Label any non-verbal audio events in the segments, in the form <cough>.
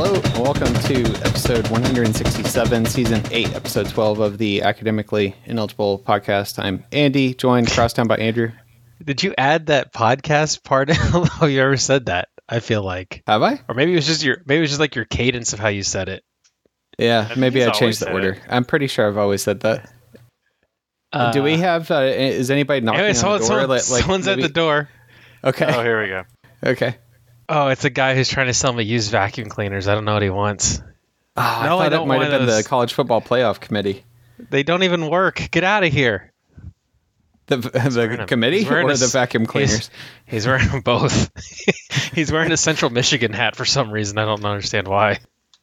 welcome to episode 167, season 8, episode 12 of the Academically Ineligible podcast. I'm Andy, joined crosstown by Andrew. Did you add that podcast <laughs> part? how you ever said that? I feel like, Have I? or maybe it was just your, maybe it was just like your cadence of how you said it. Yeah, think maybe I he's always changed the said order. I'm pretty sure I've always said that. Do we have, uh, is anybody knocking Anyway, on someone, the door? someone- Like- like, someone's at maybe- the door. Oh, Okay, here we go. okay. Oh, it's a guy who's trying to sell me used vacuum cleaners. I don't know what he wants. Oh, I No, I thought it don't might have want been those. the college football playoff committee. They don't even work. Get out of here. The, <laughs> the wearing a- committee he's wearing or a the s- vacuum He's- <laughs> cleaners? He's, wearing them both. <laughs> he's wearing a Central Michigan hat for some reason. I don't understand why.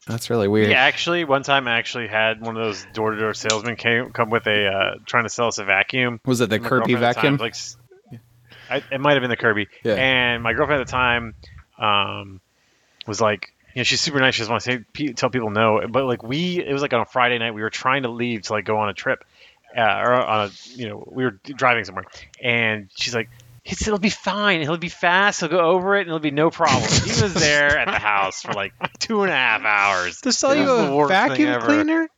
That's really weird. We actually one time I actually had one of those door to door salesmen came come with a uh, trying to sell us a vacuum. Was it the My Kirby girlfriend at the vacuum? time was Like, s- I, it might have been the Kirby. Yeah. And my girlfriend at the time um, was like, you know, she's super nice. She just wants to say, pe- tell people no. But like we, it was like on a Friday night. We were trying to leave to like go on a trip, uh, or on a you know we were driving somewhere, and she's like. It's, it'll be fine. It'll be fast. He'll go over it, and it'll be no problem. he was there at the house for like two and a half hours. To sell you That's a the worst thing vacuum ever. cleaner?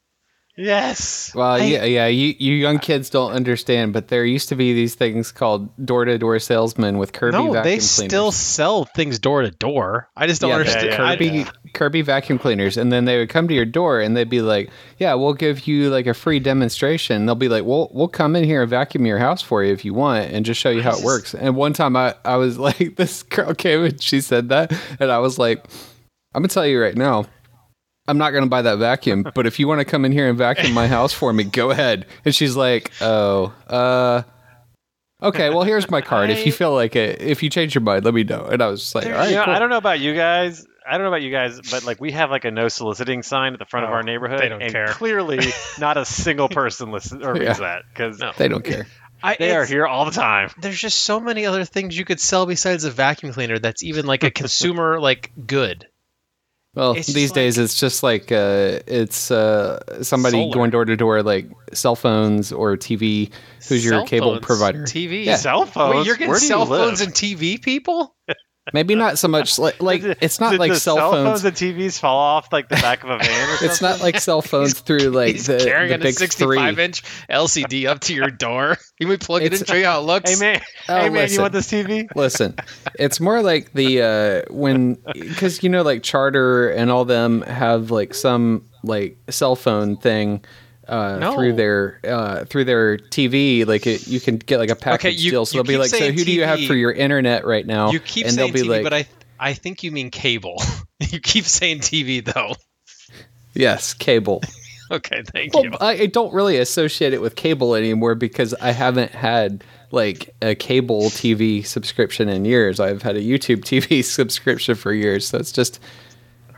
Yes. Well, yeah, yeah. You, you young kids don't understand, but there used to be these things called door-to-door salesmen with Kirby No, vacuum they cleaners. still sell things door to door. I just don't yeah, understand. but yeah, Kirby Kirby vacuum cleaners, and then they would come to your door and they'd be like, "Yeah, we'll give you like a free demonstration." They'll be like, "We'll we'll come in here and vacuum your house for you if you want, and just show you how it works." And one time, I I was <laughs> like, this girl came and she said that, and I was like, "I'm gonna tell you right now." I'm not going to buy that vacuum, but if you want to come in here and vacuum my house for me, go ahead. And she's like, "Oh, uh okay, well here's my card. If you feel like it, if you change your mind, let me know." And I was just like, "All right, you know, cool." I don't know about you guys. I don't know about you guys, but like we have like a no soliciting sign at the front of Oh, our neighborhood. they don't and care. Clearly, not a single person listens or reads that because No. They don't care. <laughs> I, they are it's- here all the time. There's just so many other things you could sell besides a vacuum cleaner that's even <laughs> like a consumer like good. Well, It's just these days it's just like uh, it's uh, somebody Solar. going door to door, like cell phones or TV. Who's your Cell cable phones, provider? TV. Yeah. Cell phones. Wait, you're getting Where do cell you live? phones and TV people? Maybe not so much like, <laughs> like Did- it's not did like the cell, phones. and TVs fall off like the back of a van. Or <laughs> It's something? not <laughs> like cell phones through like He's the, carrying the a big three. 65 inch LCD up to your door. <laughs> You may plug it in, It's- show you how it looks. Hey man, Oh, hey man, listen. you want this TV? Listen, it's more like the uh, when because you know like Charter and all them have like some like cell phone thing uh, No. through their uh, through their TV. Like it, you can get like a package you- deal. So you they'll be keep like, so saying who do you have TV. for your internet right now? You keep and saying they'll be like, TV, but I I think you mean cable. <laughs> you keep saying TV though. <laughs> yes, cable. Okay, thank Well, you. I, I don't really associate it with cable anymore because I haven't had like a cable TV subscription in years. I've had a YouTube <laughs> TV subscription for years, so it's just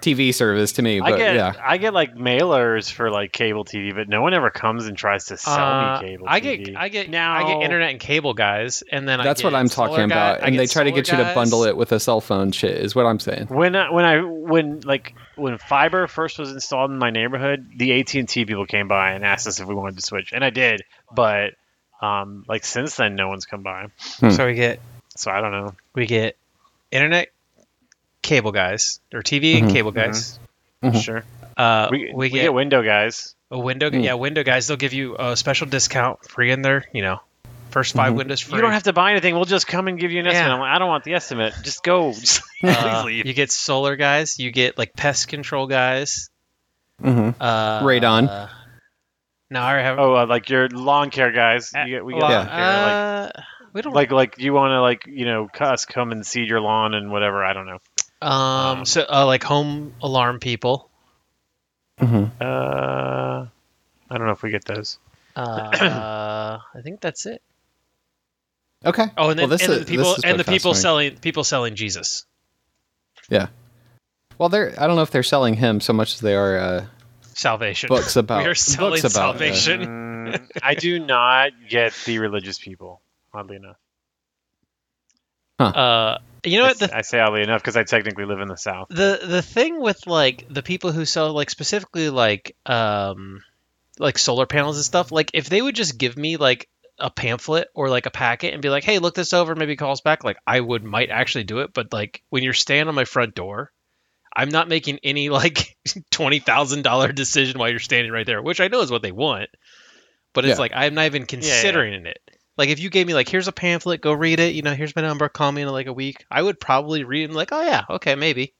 TV service to me. But I get yeah, I get like mailers for like cable TV, but no one ever comes and tries to sell Uh, me cable. I TV. get I get now. I get internet and cable guys, and then I that's what get I'm solar talking guy- about. I And they try to solar get you to guys. bundle it with a cell phone shit, is what I'm saying. When I, when I when like when fiber first was installed in my neighborhood, the AT and T people came by and asked us if we wanted to switch, and I did. But um, like since then, no one's come by, So we get so I don't know. we get internet cable guys or TV and Mhm. cable guys. Mhm. Sure, Uh, we, we, we, get, get, window guys. a window. Mm. Yeah, window guys. They'll give you a special discount free in there. You know, first 5 Mhm. windows free. You don't have to buy anything. We'll just come and give you an Yeah. estimate. I'm like, I don't want the estimate. Just <laughs> go. Just Uh, please leave. you get solar guys. You get like pest control guys. Mm-hmm. Uh, Radon. No, I already have. Oh, uh, like your lawn care guys. Uh, You get, we get well, lawn care. Like, uh, we don't. like like you want to like you know us come and seed your lawn and whatever. I don't know. um. So uh, like home alarm people. Mm-hmm. Uh, I don't know if we get those. Uh, I think that's it. Okay. Oh, and Well, then, this and then is- the people this is and the pretty people fascinating. selling people selling Jesus. Well, they're I don't know if they're selling him so much as they are <laughs> uh, Salvation. books about we are selling books about uh, salvation. Mm, I do not get the religious people, oddly enough. <laughs> Uh, you know I, what? s- The, I say oddly enough because I technically live in the South. the the thing with like the people who sell like specifically like um like solar panels and stuff. Like if they would just give me like a pamphlet or like a packet and be like, hey, look this over, maybe call us back. Like I would might actually do it, but like when you're standing on my front door. I'm not making any like <laughs> twenty thousand dollar decision while you're standing right there, which I know is what they want. But it's Yeah. like I'm not even considering it. Like if you gave me like here's a pamphlet, go read it. You know, here's my number, call me in like a week. I would probably read and like, oh yeah, okay, maybe.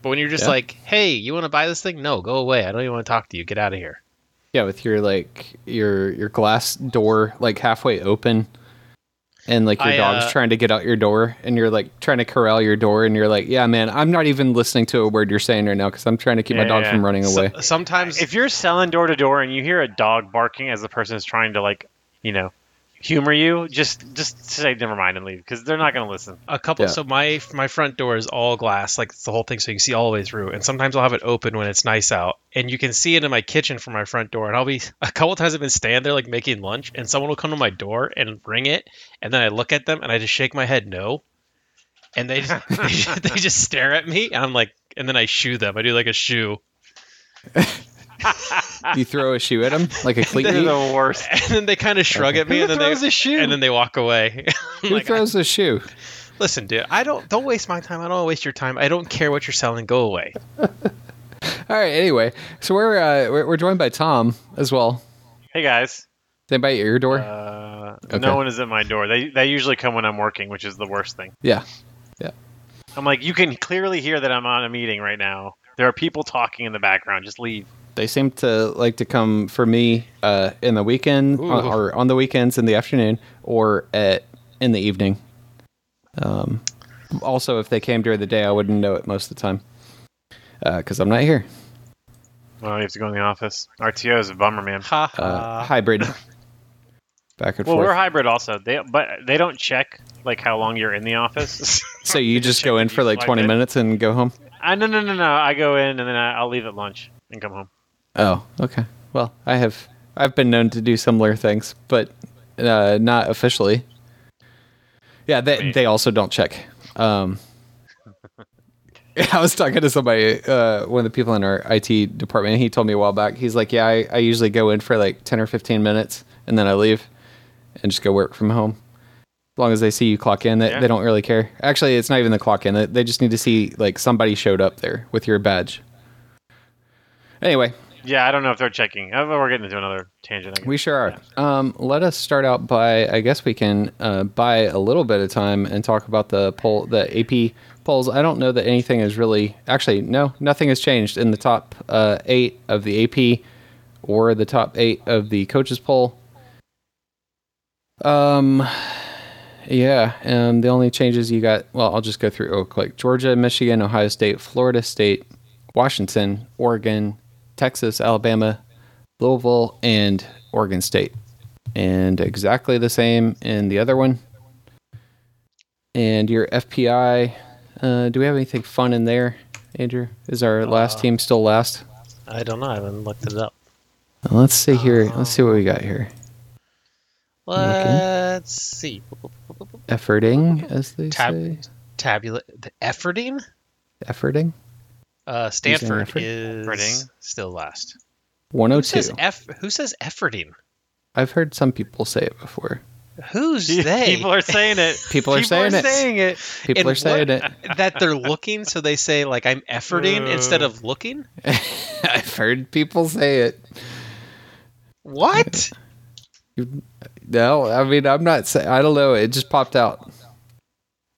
But when you're just Yeah. like, hey, you want to buy this thing? No, go away. I don't even want to talk to you. Get out of here. Yeah, with your like your your glass door like halfway open, and like your I, dog's uh, trying to get out your door, and you're like trying to corral your door, and you're like, yeah, man, I'm not even listening to a word you're saying right now because I'm trying to keep my Yeah, dog yeah. from running So- away. sometimes If you're selling door to door and you hear a dog barking as the person is trying to like, you know, humor you, just just say never mind and leave because they're not going to listen. a couple Yeah. so my my front door is all glass like it's the whole thing so you can see all the way through and sometimes i'll have it open when it's nice out and you can see into my kitchen from my front door and i'll be a couple times i've been standing there like making lunch and someone will come to my door and ring it and then i look at them and i just shake my head no and they just, <laughs> they, just, they just stare at me and i'm like and then i shoo them i do like a shoo <laughs> you throw a shoe at him like a <laughs> cleat. They're meat? the worst. and then they kind of shrug at me Who and then throws they a shoe? and then they walk away <laughs> I'm Who like, throws a shoe? listen dude i don't don't waste my time i don't waste your time i don't care what you're selling go away All right. Anyway, so we're uh, we're, we're joined by Tom as well. hey guys, Is anybody at your door? uh, Okay. no one is at my door. They they usually come when I'm working, which is the worst thing. yeah. I'm like, you can clearly hear that I'm on a meeting right now. There are people talking in the background. Just leave. They seem to like to come for me uh, in the weekend Ooh. on, or on the weekends in the afternoon or at in the evening. Um, also, if they came during the day, I wouldn't know it most of the time because I'm not here. Well, you have to go in the office. RTO is a bummer, man. ha Uh, ha hybrid, back and Well, forth. we're hybrid also. They but they don't check like how long you're in the office. <laughs> so you just go in if for you like swiped 20 it. minutes and go home. I no no no no. I go in and then I, I'll leave at lunch and come home. Oh, okay. Well, I have I've been known to do similar things, but uh, not officially. Yeah, they they also don't check. Um, <laughs> I was talking to somebody, uh, one of the people in our IT department. and He told me a while back. He's like, "Yeah, I, I usually go in for like ten or fifteen minutes, and then I leave, and just go work from home." As long as they see you clock in, they, Yeah. they don't really care. Actually, it's not even the clock in. They, they just need to see like somebody showed up there with your badge. Anyway, Yeah, I don't know if they're checking. Oh, well, we're getting into another tangent. I guess. we sure are. Um, let us start out by, I guess we can uh, buy a little bit of time and talk about the poll, the AP polls. I don't know that anything is really, actually, no, nothing has changed in the top uh, eight of the AP or the top eight of the coaches poll. Um, yeah, um, the only changes you got, well, I'll just go through real quick. Georgia, Michigan, Ohio State, Florida State, Washington, Oregon, Texas, Alabama, Louisville, and Oregon State. And exactly the same in the other one. And your FPI, uh, do we have anything fun in there, Andrew? Is our last team still last? I don't know. I haven't looked it up. Let's see here. Let's see what we got here. Let's see. Efforting, as they Tab- say. Tabulate the efforting. Efforting. Uh, Stanford effort? is Efforting. still last. Who says 102. eff? Who says efforting? I've heard some people say it before. <laughs> Who's <laughs> they? People are saying it. <laughs> People are saying it. it. People And are saying what- it. <laughs> <laughs> that they're looking, so they say like I'm efforting instead of looking. I've heard people say it. What? <laughs> No, I mean, I'm not saying, I don't know. It just popped out.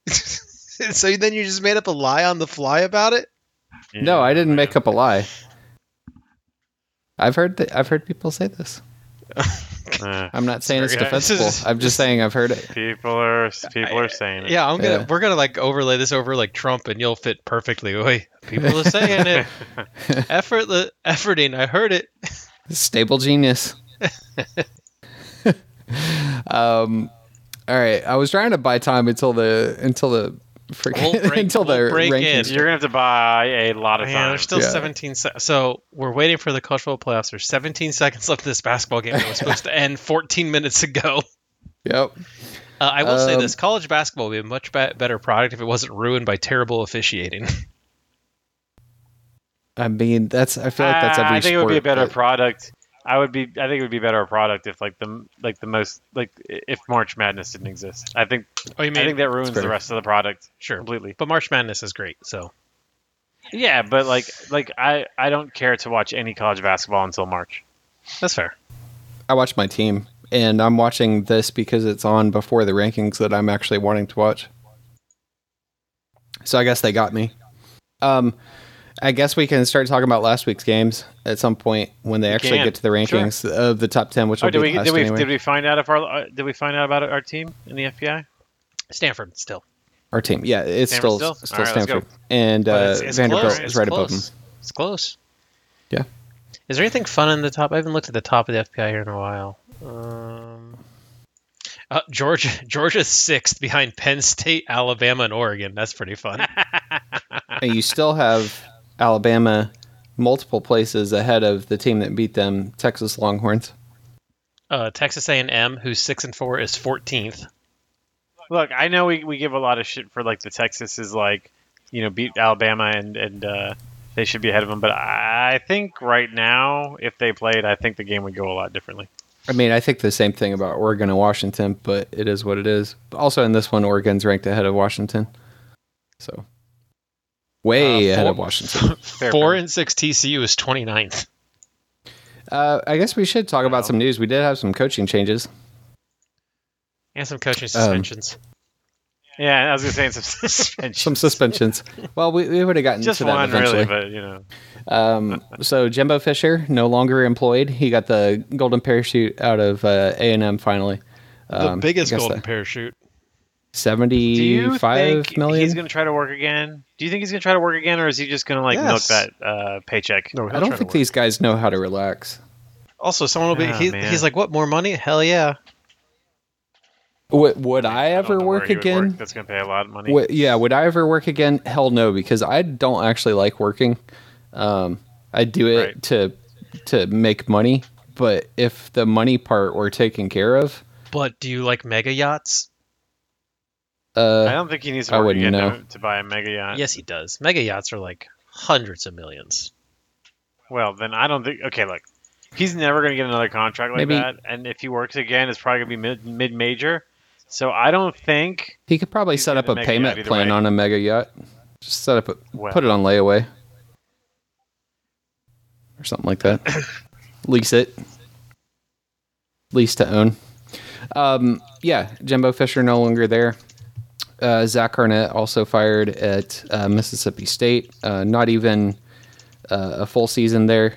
so then you just made up a lie on the fly about it. Yeah. No, I didn't make up a lie. I've heard that. I've heard people say this. Uh, I'm not saying it's Sorry, guys. defensible. <laughs> I'm just saying I've heard it. people are people are saying it. Yeah, I'm gonna. Yeah. We're gonna like overlay this over like Trump, and you'll fit perfectly. Oy, people are <laughs> saying it. Effortless, efforting. I heard it. Stable <laughs> genius. um, all right. I was trying to buy time until the until the freaking We'll <laughs> break- until the we'll break in. rankings. You're gonna have to buy a lot of Man, time. there's still Yeah. 17 se- so we're waiting for the college football playoffs there's 17 seconds left of this basketball game that was supposed to end 14 minutes ago <laughs> Yep. uh, i will say Um, this college basketball would be a much be- better product if it wasn't ruined by terrible officiating <laughs> I mean, that's. I feel like that's Uh, every. I think it would be a sport, better but- product. I would be. I think it would be better product if like the like the most like if March Madness didn't exist. I think oh you I think that ruins the fair. rest of the product sure completely. but march madness is great so Yeah, but like like I I don't care to watch any college basketball until March. That's fair. I watch my team, and I'm watching this because it's on before the rankings that I'm actually wanting to watch. So I guess they got me. Um, I guess we can start talking about last week's games at some point when they actually can. get to the rankings of the top ten, which Oh, will be did we last did we anyway. did we find out if our uh, did we find out about our team in the FBI? Stanford still. Our team, yeah, it's Stanford still still? still, All right, let's Stanford, and But uh, it's- it's Vanderbilt close. is It's right above them. close. It's close. Yeah. Is there anything fun in the top? I haven't looked at the top of the FBI here in a while. Um, uh, Georgia, <laughs> Georgia's sixth behind Penn State, Alabama, and Oregon. That's <laughs> pretty fun. And you still have Alabama multiple places ahead of the team that beat them, Texas Longhorns. uh, Texas A&M, who's six and four, is fourteenth. Look, I know we, we give a lot of shit for like the Texas is like, you know, beat Alabama and and uh, they should be ahead of them. But I think right now, if they played, I think the game would go a lot differently. <laughs> I mean, I think the same thing about Oregon and Washington, but it is what it is. Also, in this one, Oregon's ranked ahead of Washington, so way Uh, ahead four- of Washington. Fair Four point. and six TCU is 29th. uh, I guess we should talk about some news. We did have some coaching changes. and some coaching Um, suspensions. Yeah, I was gonna say some <laughs> suspension. some <laughs> suspensions. Well, we, we would have gotten Just to that one, eventually. really, but you know, um, so Jimbo Fisher no longer employed. He got the golden parachute out of uh, A and M finally. Um, I guess the parachute. do you think seventy-five million. he's gonna try to work again? Do you think he's gonna try to work again, or is he just gonna like Yes. milk that uh, paycheck? No, I don't think these guys know how to relax. Also, someone will be. Oh, he, man. he's like, "What more money? Hell yeah!" Would, would I ever work again? that's gonna pay a lot of money. Would- yeah, would I ever work again? Hell no, because I don't actually like working. Um, I do it Right. to to make money, but if the money part were taken care of, But do you like mega yachts? I uh, don't think he needs to I work wouldn't again know. to, to buy a mega yacht. Yes, he does. Mega yachts are like hundreds of millions. Well, then I don't think. Okay, look, he's never going to get another contract like Maybe- that, and if he works again, it's probably going to be mid mid major. So I don't think. He could probably He's set gonna up a make it out payment either plan way. on a mega yacht. Just set up a Well. put it on layaway or something like that. Lease it. Lease to own. Um, yeah, Jimbo Fisher no longer there. Uh, Zach Arnett also fired at uh, Mississippi State. Uh, not even uh, a full season there.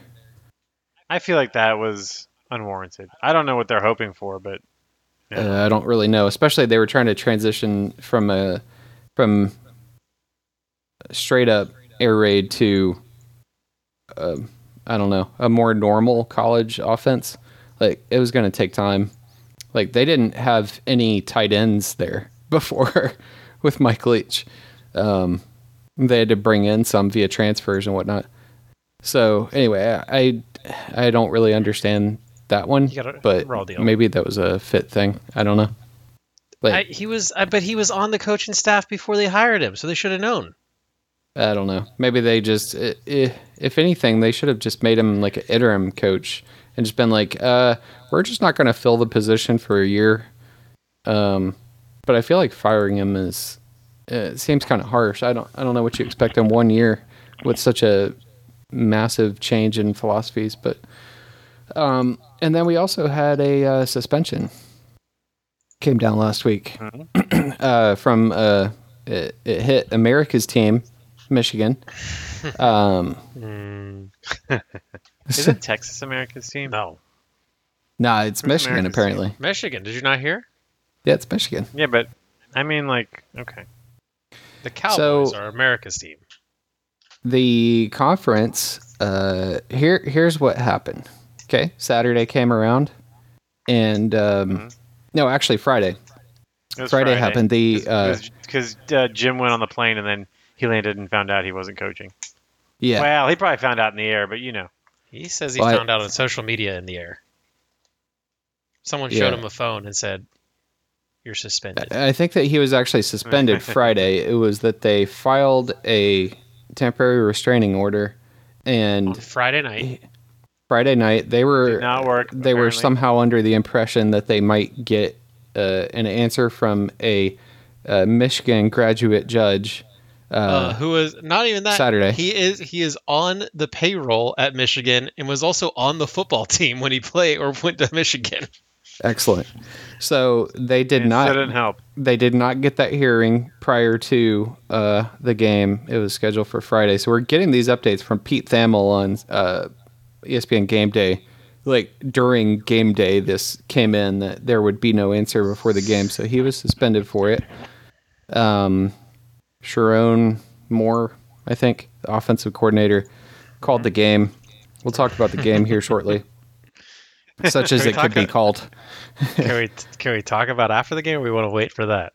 I feel like that was unwarranted. I don't know what they're hoping for, but Uh, I don't really know. Especially they were trying to transition from a from straight up air raid to um, I don't know a more normal college offense. Like it was going to take time. Like they didn't have any tight ends there <laughs> before with Mike Leach. Um, they had to bring in some via transfers and whatnot. So anyway, I I don't really understand that one, You got a but raw deal. maybe that was a fit thing. I don't know. I, Like he was, I, but he was on the coaching staff before they hired him, so they should have known. I, don't know. Maybe they just i- i- if anything, they should have just made him like an interim coach and just been like, uh, we're just not going to fill the position for a year. Um, but I feel like firing him is uh, it seems kind of harsh. I don't I don't know what you expect in one year with such a massive change in philosophies, but um, and then we also had a uh, suspension came down last week <clears throat> uh, from uh, it, it hit America's team, <laughs> Michigan. Um, is it Texas America's team? Hmm. No, nah, it's Michigan America's team. apparently. Michigan. Did you not hear? Yeah, it's Michigan. Yeah, but I mean, like, okay, The Cowboys So- are America's team. the conference uh here here's what happened okay saturday came around and um no actually friday Mm-hmm. it was friday, happened the uh because uh, Jim went on the plane and then he landed and found out he wasn't coaching. yeah Well, he probably found out in the air, but you know, He says he Well, I- found out on social media in the air. Someone showed Yeah. him a phone and said, "You're suspended." I I think that he was actually <laughs> suspended Friday. It was that they filed a temporary restraining order, and Oh. Friday night. Friday night they were did not work. they were apparently. somehow under the impression that they might get uh, an answer from a, uh Michigan graduate judge uh, who is not even that Saturday. He is he is on the payroll at Michigan and was also on the football <laughs> team when he played or went to Michigan. Excellent. So they did It not didn't help. they did not get that hearing prior to uh, the game. It was scheduled for Friday, so we're getting these updates from Pete Thamel on uh, ESPN Game Day. Like during game day, this came in that there would be no answer before the game, so he was suspended for it. Um, Sharon Moore, I think, the offensive coordinator, called the game. We'll talk about the game here <laughs> shortly, such as Can we it could talk be a- called. Can we can we talk about after the game? Or we want to wait for that.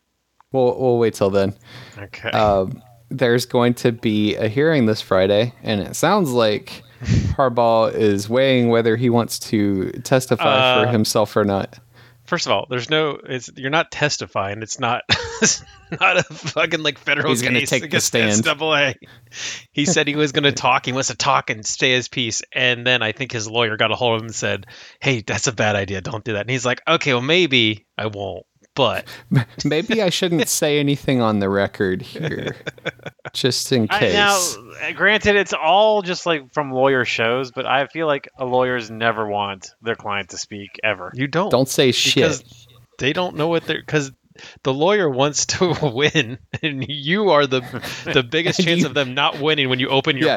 We'll we'll wait till then. Okay. Uh, um, there's going to be a hearing this Friday, and it sounds like Harbaugh is weighing whether he wants to testify for Uh, himself or not. First of all, there's no. It's you're not testifying. It's not. <laughs> It's not a fucking like federal He's gonna case take the against stand. NCAA. He said he was <laughs> going to talk. He wants to talk and stay his peace. And then I think his lawyer got a hold of him and said, "Hey, that's a bad idea. Don't do that." And he's like, "Okay, well maybe I won't, but Maybe I shouldn't say anything on the record here, just in I, case. now, uh, granted, it's all just like from lawyer shows, but I feel like lawyers never want their client to speak ever. you don't." Don't say shit. because they don't know what they're because the lawyer wants to <laughs> win, and you are the the <laughs> biggest And chance you- of them not winning when you open your Yeah.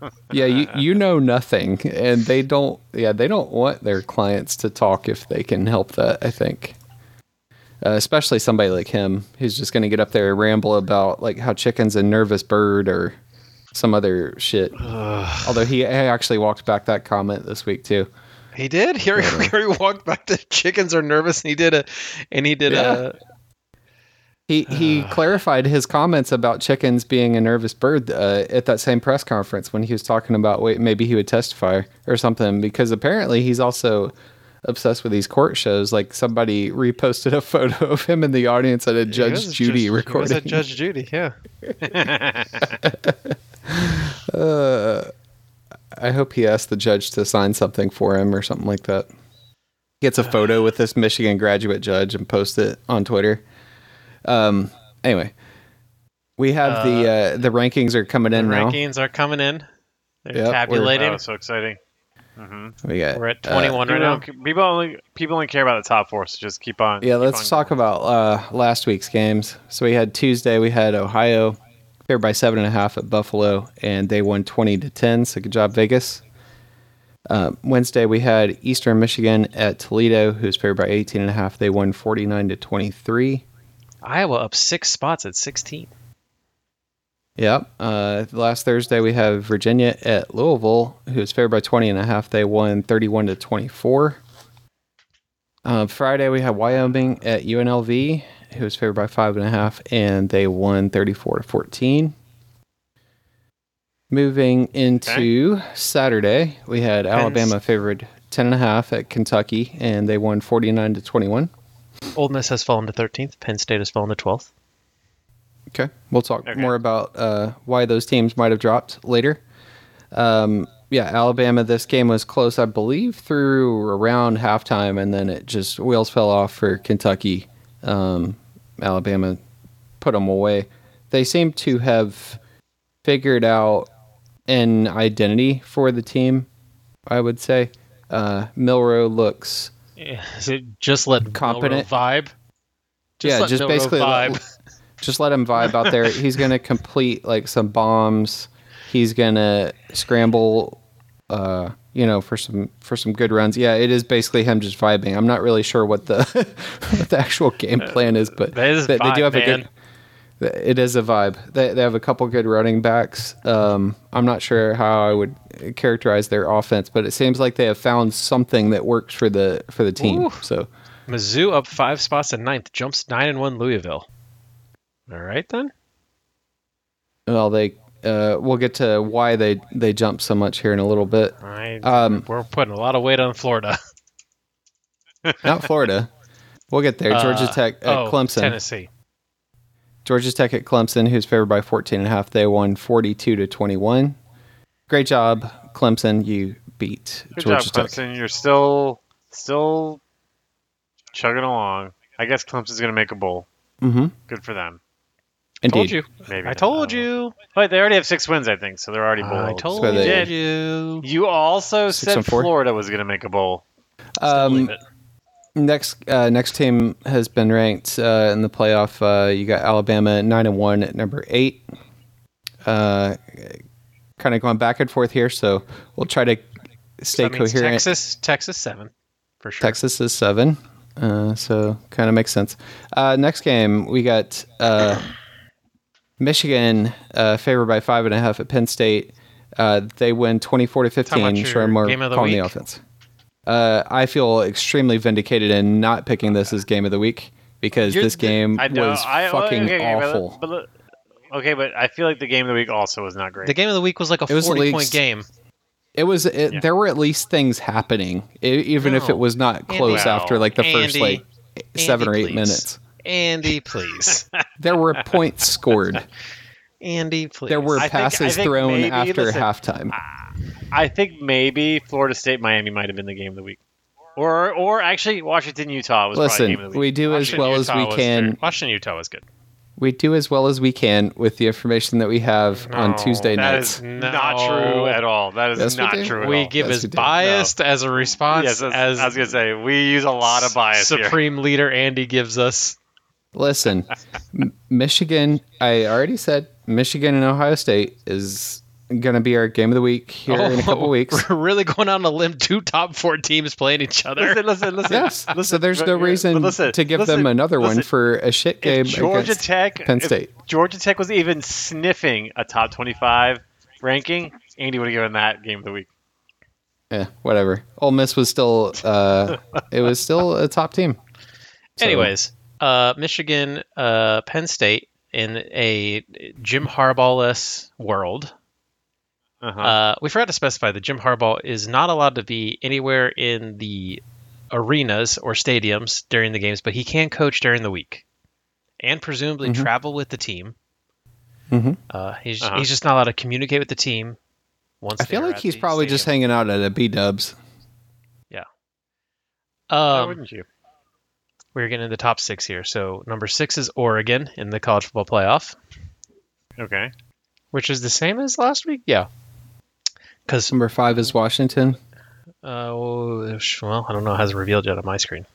mouth. <laughs> Yeah, you, you know nothing, and they don't. Yeah, they don't want their clients to talk if they can help that. I think, uh, especially somebody like him who's just going to get up there and ramble about like how chickens a nervous bird or some other <sighs> shit. Although he, he actually walked back that comment this week too. He did. Here, <laughs> here he walked back to chickens are nervous, and he did a, and he did a. He <sighs> he clarified his comments about chickens being a nervous bird uh, at that same press conference when he was talking about wait maybe he would testify or something because apparently he's also obsessed with these court shows. Like somebody reposted a <laughs> photo of him in the audience at a He Judge was Judy just- he was recording. a Judge Judy, yeah. I hope he asked the judge to sign something for him or something like that. Gets a photo with this Michigan graduate judge and posts it on Twitter. Um. Anyway, we have the uh, the rankings are coming in now. Rankings are coming in. Yep, They're we're- That tabulating. was so exciting. We We're, got at uh, 21 right People, now. don't- people only people only care about the top four, so just keep on. Yeah, keep let's on talk about uh, last week's games. So we had Tuesday, we had Ohio favored by seven and a half at Buffalo, and they won twenty to ten. So good job, Vegas. Uh, Wednesday we had Eastern Michigan at Toledo, who's favored by eighteen and a half. They won forty nine to twenty three. Iowa up six spots at 16. Yep. Uh, last Thursday we have Virginia at Louisville, who's favored by 20 and a half. They won 31 to 24. Uh, Friday we have Wyoming at UNLV, who was favored by five and a half, and they won 34 to 14. Moving into Saturday, we had Alabama favored 10 and a half at Kentucky, and they won 49 to 21. Old Miss has fallen to 13th. Penn State has fallen to 12th. Okay. We'll talk Okay. more about uh, why those teams might have dropped later. Um, yeah, Alabama, this game was close, I believe, through around halftime, and then it just wheels fell off for Kentucky. Um, Alabama put them away. They seem to have figured out an identity for the team, I would say. Uh, Milrow looks. Yeah. <laughs> So just let Competent. Milrow vibe. Just yeah, let just Milrow basically let- vibe. <laughs> just let him vibe out there. He's gonna complete like some bombs. He's gonna scramble, uh, you know, for some for some good runs. Yeah, it is basically him just vibing. I'm not really sure what the <laughs> what the actual game plan is, but Uh, that is vibe, man. a good. It is a vibe. They, they have a couple good running backs. Um, I'm not sure how I would characterize their offense, but it seems like they have found something that works for the for the team. Ooh. So Mizzou up five spots at ninth. Jumps nine and one Louisville. All right then. Well, they uh, we'll get to why they they jump so much here in a little bit. I, <laughs> Um, we're putting a lot of weight on Florida. Not Florida. We'll get there. Georgia Uh, Tech at oh, Clemson. Tennessee. Georgia Tech at Clemson, who's favored by 14 and a half. They won 42 to 21. Great job, Clemson. You beat Good Georgia job, Tech. Clemson. You're still still chugging along. I guess Clemson's going to make a bowl. Mm-hmm. Good for them. Told you. Maybe I not. told Oh. don't know. you. But they already have six wins, I think, so they're already bowl. I told So they- you. You also Six said and four? Florida was going to make a bowl. Um, next uh, next team has been ranked uh, in the playoff. Uh, you got Alabama nine and one at number eight. Uh, kind of going back and forth here, so we'll try to stay That means coherent. Texas, Texas seven, for sure. Texas is seven, uh, so kind of makes sense. Uh, next game, we got uh, Michigan uh, favored by five and a half at Penn State. Uh, they win twenty four to Talking about fifteen. your Sure, more game of the calling the week. offense. Uh, I feel extremely vindicated in not picking this as game of the week because You're- this game I know. was I, fucking okay, okay, but- awful. But, look- okay, but I feel like the game of the week also was not great. The game of the week was like a It was the forty point league's- game. it was. It, Yeah. There were at least things happening, i even if No. it was not Andy- close after like the first Andy- like seven Andy, or eight please. minutes. Andy, <laughs> please. There were points scored. Andy, please. There were I think- I passes think thrown maybe- after listen, halftime. I think maybe Florida State Miami might have been the game of the week, or or actually Washington Utah was probably game Listen, of the we week. do as Washington, well as Utah we was can. good. Washington, Utah was good. We do as well as we can with the information that we have on No, Tuesday That nights. is not true at all. That is Yes, we not do. true. At We all. give Yes, as we Oh, did. biased as a response Yes, that's- as I was gonna say we use a lot of bias here. Supreme Leader Andy gives us. Listen, M- Michigan. I already said Michigan and Ohio State is going to be our game of the week here in a <laughs> couple Oh, weeks. <laughs> We're really going on a limb. Two top four teams playing each other. <laughs> Listen, listen, listen. Yes. so listen, there's but- no but reason listen, to give listen, them another one listen. for a shit game If Georgia against Tech, Penn if State. Georgia Tech was even sniffing a top 25 ranking, Andy would have given that game of the week. Yeah, eh, whatever. Ole Miss was still. <laughs> Uh, it was still a top team. So- Anyways, uh, Michigan, uh, Penn State in a Jim Harbaugh-less world. Uh-huh. Uh, we forgot to specify that Jim Harbaugh is not allowed to be anywhere in the arenas or stadiums during the games, but he can coach during the week and presumably Mhm. travel with the team. Mhm. Uh, he's, Mm-hmm. Uh-huh. he's just not allowed to communicate with the team. Once I feel they're like at he's the probably just stadium. hanging out at a B Dubs. Why Um, wouldn't you? we're getting in the top six here. So number six is Oregon in the college football playoff, Okay. which is the same as last week. Yeah, because Number five is Washington. uh, well, I don't know, it hasn't revealed yet on my screen.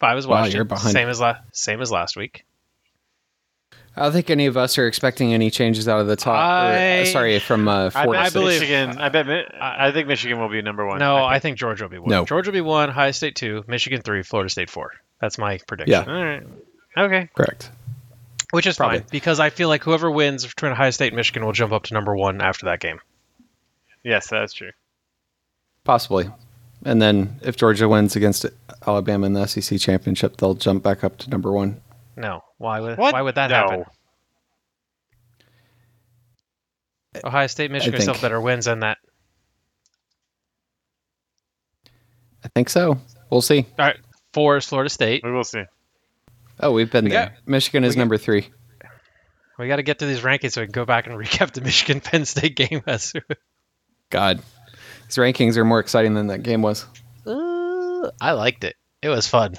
Five is Wow, Washington, you're behind. same as last same as last week. I don't think any of us are expecting any changes out of the top. or, uh, I- sorry, from uh, I four bet to I six. believe- Michigan. I bet. Mi- I think Michigan will be number one. No, I I think Georgia will be one. No. Georgia will be one. Ohio State two. Michigan three. Florida State four. That's my prediction. Yeah. think. All right. Okay. Correct. which is Probably. fine because I feel like whoever wins between Ohio State and Michigan will jump up to number one after that game. Yes, that's true. Possibly. And then if Georgia wins against Alabama in the SEC championship, they'll jump back up to number one. No, why would What? why would that No. happen? Ohio State, Michigan think- still better wins than that. I think so. We'll see. All right, four is Florida State. We will see. Oh, we've been there. Michigan is we got- number three. We got to get through these rankings so we can go back and <laughs> recap the Michigan Penn State game. <laughs> As God. These rankings are more exciting than that game was. uh, I liked it. It was fun.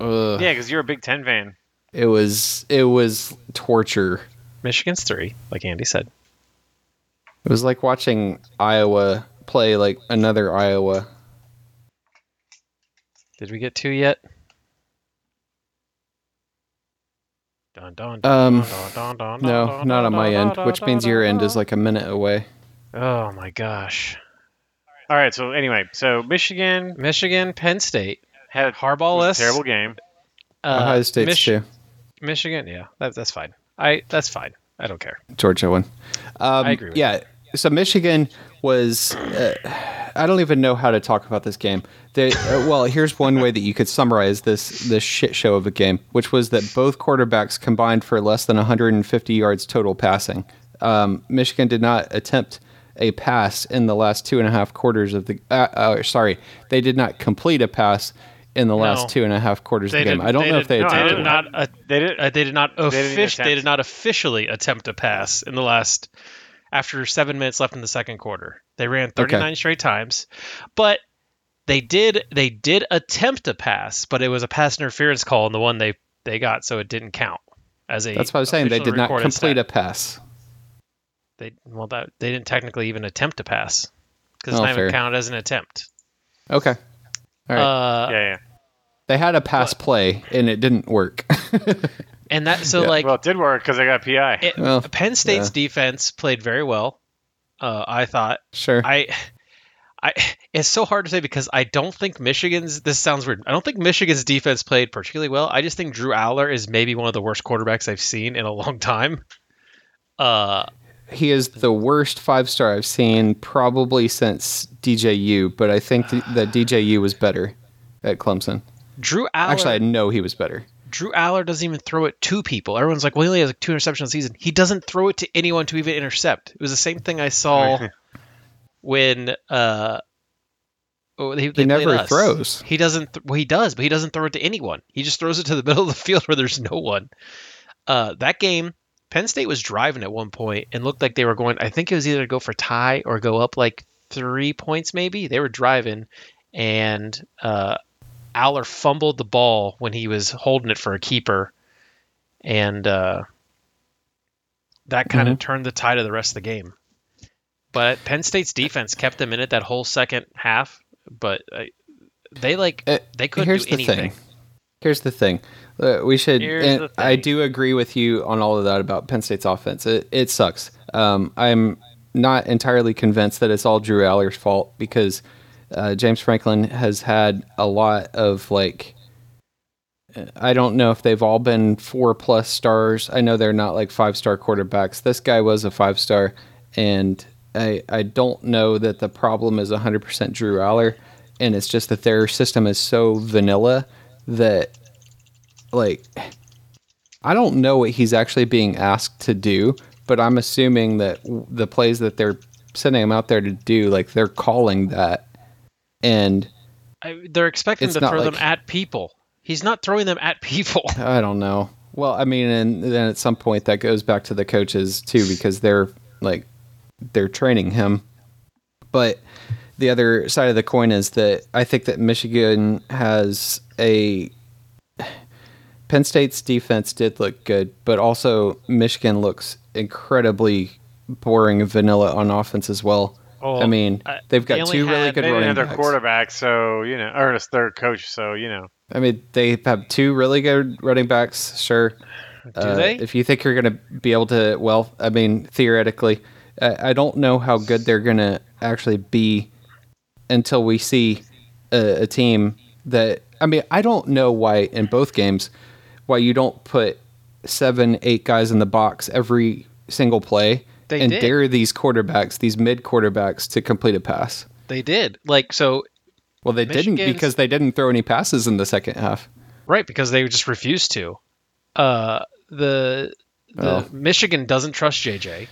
Ugh. Yeah, because you're a Big Ten fan. It was it was torture. Michigan's three, like Andy said. It was like watching Iowa play like another Iowa. Did we get two yet? Dun, dun, dun, Um, dun, dun, dun, dun, No, dun, not on dun, my dun, end, dun, which dun, means dun, your end dun. is like a minute away. Oh my gosh! All right. So anyway, so Michigan <laughs> Michigan, Penn State, had a Harbaugh was list. a terrible game. Uh, Ohio State's Mich- too. Michigan, yeah, that, that's fine. I that's fine. I don't care. Georgia one. Um, I agree with yeah. So Michigan was. Uh, I don't even know how to talk about this game. They, uh, well, here's one way that you could summarize this this shit show of a game, which was that both quarterbacks combined for less than 150 yards total passing. Um, Michigan did not attempt a pass in the last two and a half quarters of the. Uh, uh, sorry, they did not complete a pass in the last two and a half quarters of the game. I don't know if they no, attempted. they one. did not. Uh, They did. uh, they did not. They didn't Offic- they attempt. did not officially attempt a pass in the last. After seven minutes left in the second quarter, they ran 39 straight times, but they did they did attempt a pass, but it was a pass interference call, and the one they they got, so it didn't count. as a That's what I was saying. They officially did not recorded complete stat. a pass. They well that they didn't technically even attempt to pass because it's Oh, not even fair. counted as an attempt. Okay. All right. Uh, yeah, yeah. they had a pass play and it didn't work. <laughs> And that so Yeah. like well, it did work because I got PI. it, Well, Penn State's defense played very well. Uh, I thought sure. I. I, it's so hard to say because I don't think Michigan's. This sounds weird. I don't think Michigan's defense played particularly well. I just think Drew Aller is maybe one of the worst quarterbacks I've seen in a long time. Uh, he is the worst five star I've seen probably since DJU, but I think th- that DJU was better at Clemson. Drew Aller. Actually, I know he was better. Drew Aller doesn't even throw it to people. Everyone's like, well, he only has like two interceptions a season. He doesn't throw it to anyone to even intercept. It was the same thing I <laughs> saw when uh, oh, they, they played never us. throws. He doesn't. Th- well, he does, but he doesn't throw it to anyone. He just throws it to the <laughs> middle of the field where there's no one. Uh, that game, Penn State was driving at one point and looked like they were going. I think it was either to go for tie or go up like three points, maybe. They were driving, and uh, Aller fumbled the ball when he was holding it for a keeper, and uh, that kind Mm-hmm. of turned the tide of the rest of the game. But Penn State's defense kept them in it that whole second half, but uh, they like Uh, they couldn't Here's do the anything. thing. Here's the thing. Uh, we should. Here's and the I thing. do agree with you on all of that about Penn State's offense. It, it sucks. Um, I'm not entirely convinced that it's all Drew Aller's fault because uh, James Franklin has had a lot of like. I don't know if they've all been four plus stars. I know they're not like five star quarterbacks. This guy was a five star, and I I don't know that the problem is 100% Drew Aller, and it's just that their system is so vanilla that like I don't know what he's actually being asked to do, but I'm assuming that w- the plays that they're sending him out there to do, like they're calling that, and I, they're expecting It's to not throw them like- at people. He's not throwing them <laughs> at people. I don't know. Well, I mean, and then at some point that goes back to the coaches too, because they're like they're training him. But the other side of the coin is that I think that Michigan has a Penn State's defense did look good, but also Michigan looks incredibly boring and vanilla on offense as well. Oh, I mean, I- they've got they only two really had- good They didn't running have their backs. quarterback, so you know, or it's their coach, so you know. I mean, they have two really good running backs, sure. Do they? If you think you're going to be able to, well, I mean, theoretically, I, I don't know how good they're going to actually be until we see a, a team that. I mean, I don't know why in both games why you don't put seven, eight guys in the box every single play They and did. dare these quarterbacks, these mid quarterbacks, to complete a pass. They did like so Well, they didn't Michigan's- because they didn't throw any passes in the second half. right because they just refused to. Uh, the the Well. Michigan doesn't trust JJ.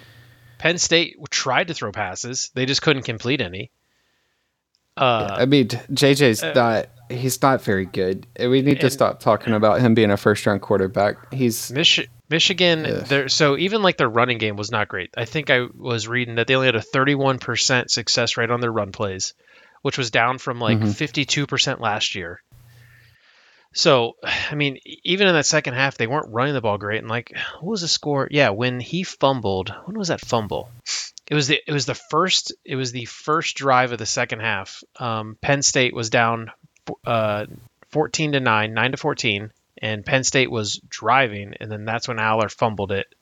Penn State tried to throw passes. They just couldn't complete any. Uh, I mean, JJ's not. He's not very good. And We need to and- stop talking about him being a first-round quarterback. He's Michi- Michigan, their so even like their running game was not great. I think I was reading that they only had a 31% success rate on their run plays, which was down from like 52% last year. So, I mean, e- even in that second half, they weren't running the ball great. And like, what was the score? Yeah, when he fumbled, when was that fumble? It was the it was the first it was the first drive of the second half. Um, Penn State was down uh, 14 to 9, 9 to 14, and Penn State was driving, and then that's when Aller fumbled it,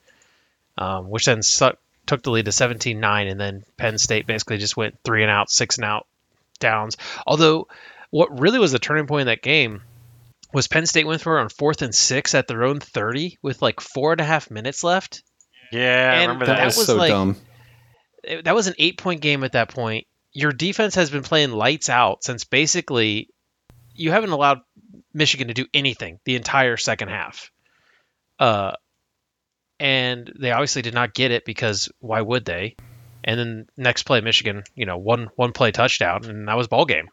um, which then suck, took the lead to 17 9, and then Penn State basically just went three and out, six and out downs. Although, what really was the turning point in that game was Penn State went for it on fourth and six at their own 30 with like four and a half minutes left. Yeah, I And remember that, that. was, was so like- dumb. it- that was an eight point game at that point. Your defense has been playing lights out since basically you haven't allowed Michigan to do anything the entire second half. Uh, and they obviously did not get it because why would they? And then next play, Michigan, you know, one one play touchdown, and that was ball game.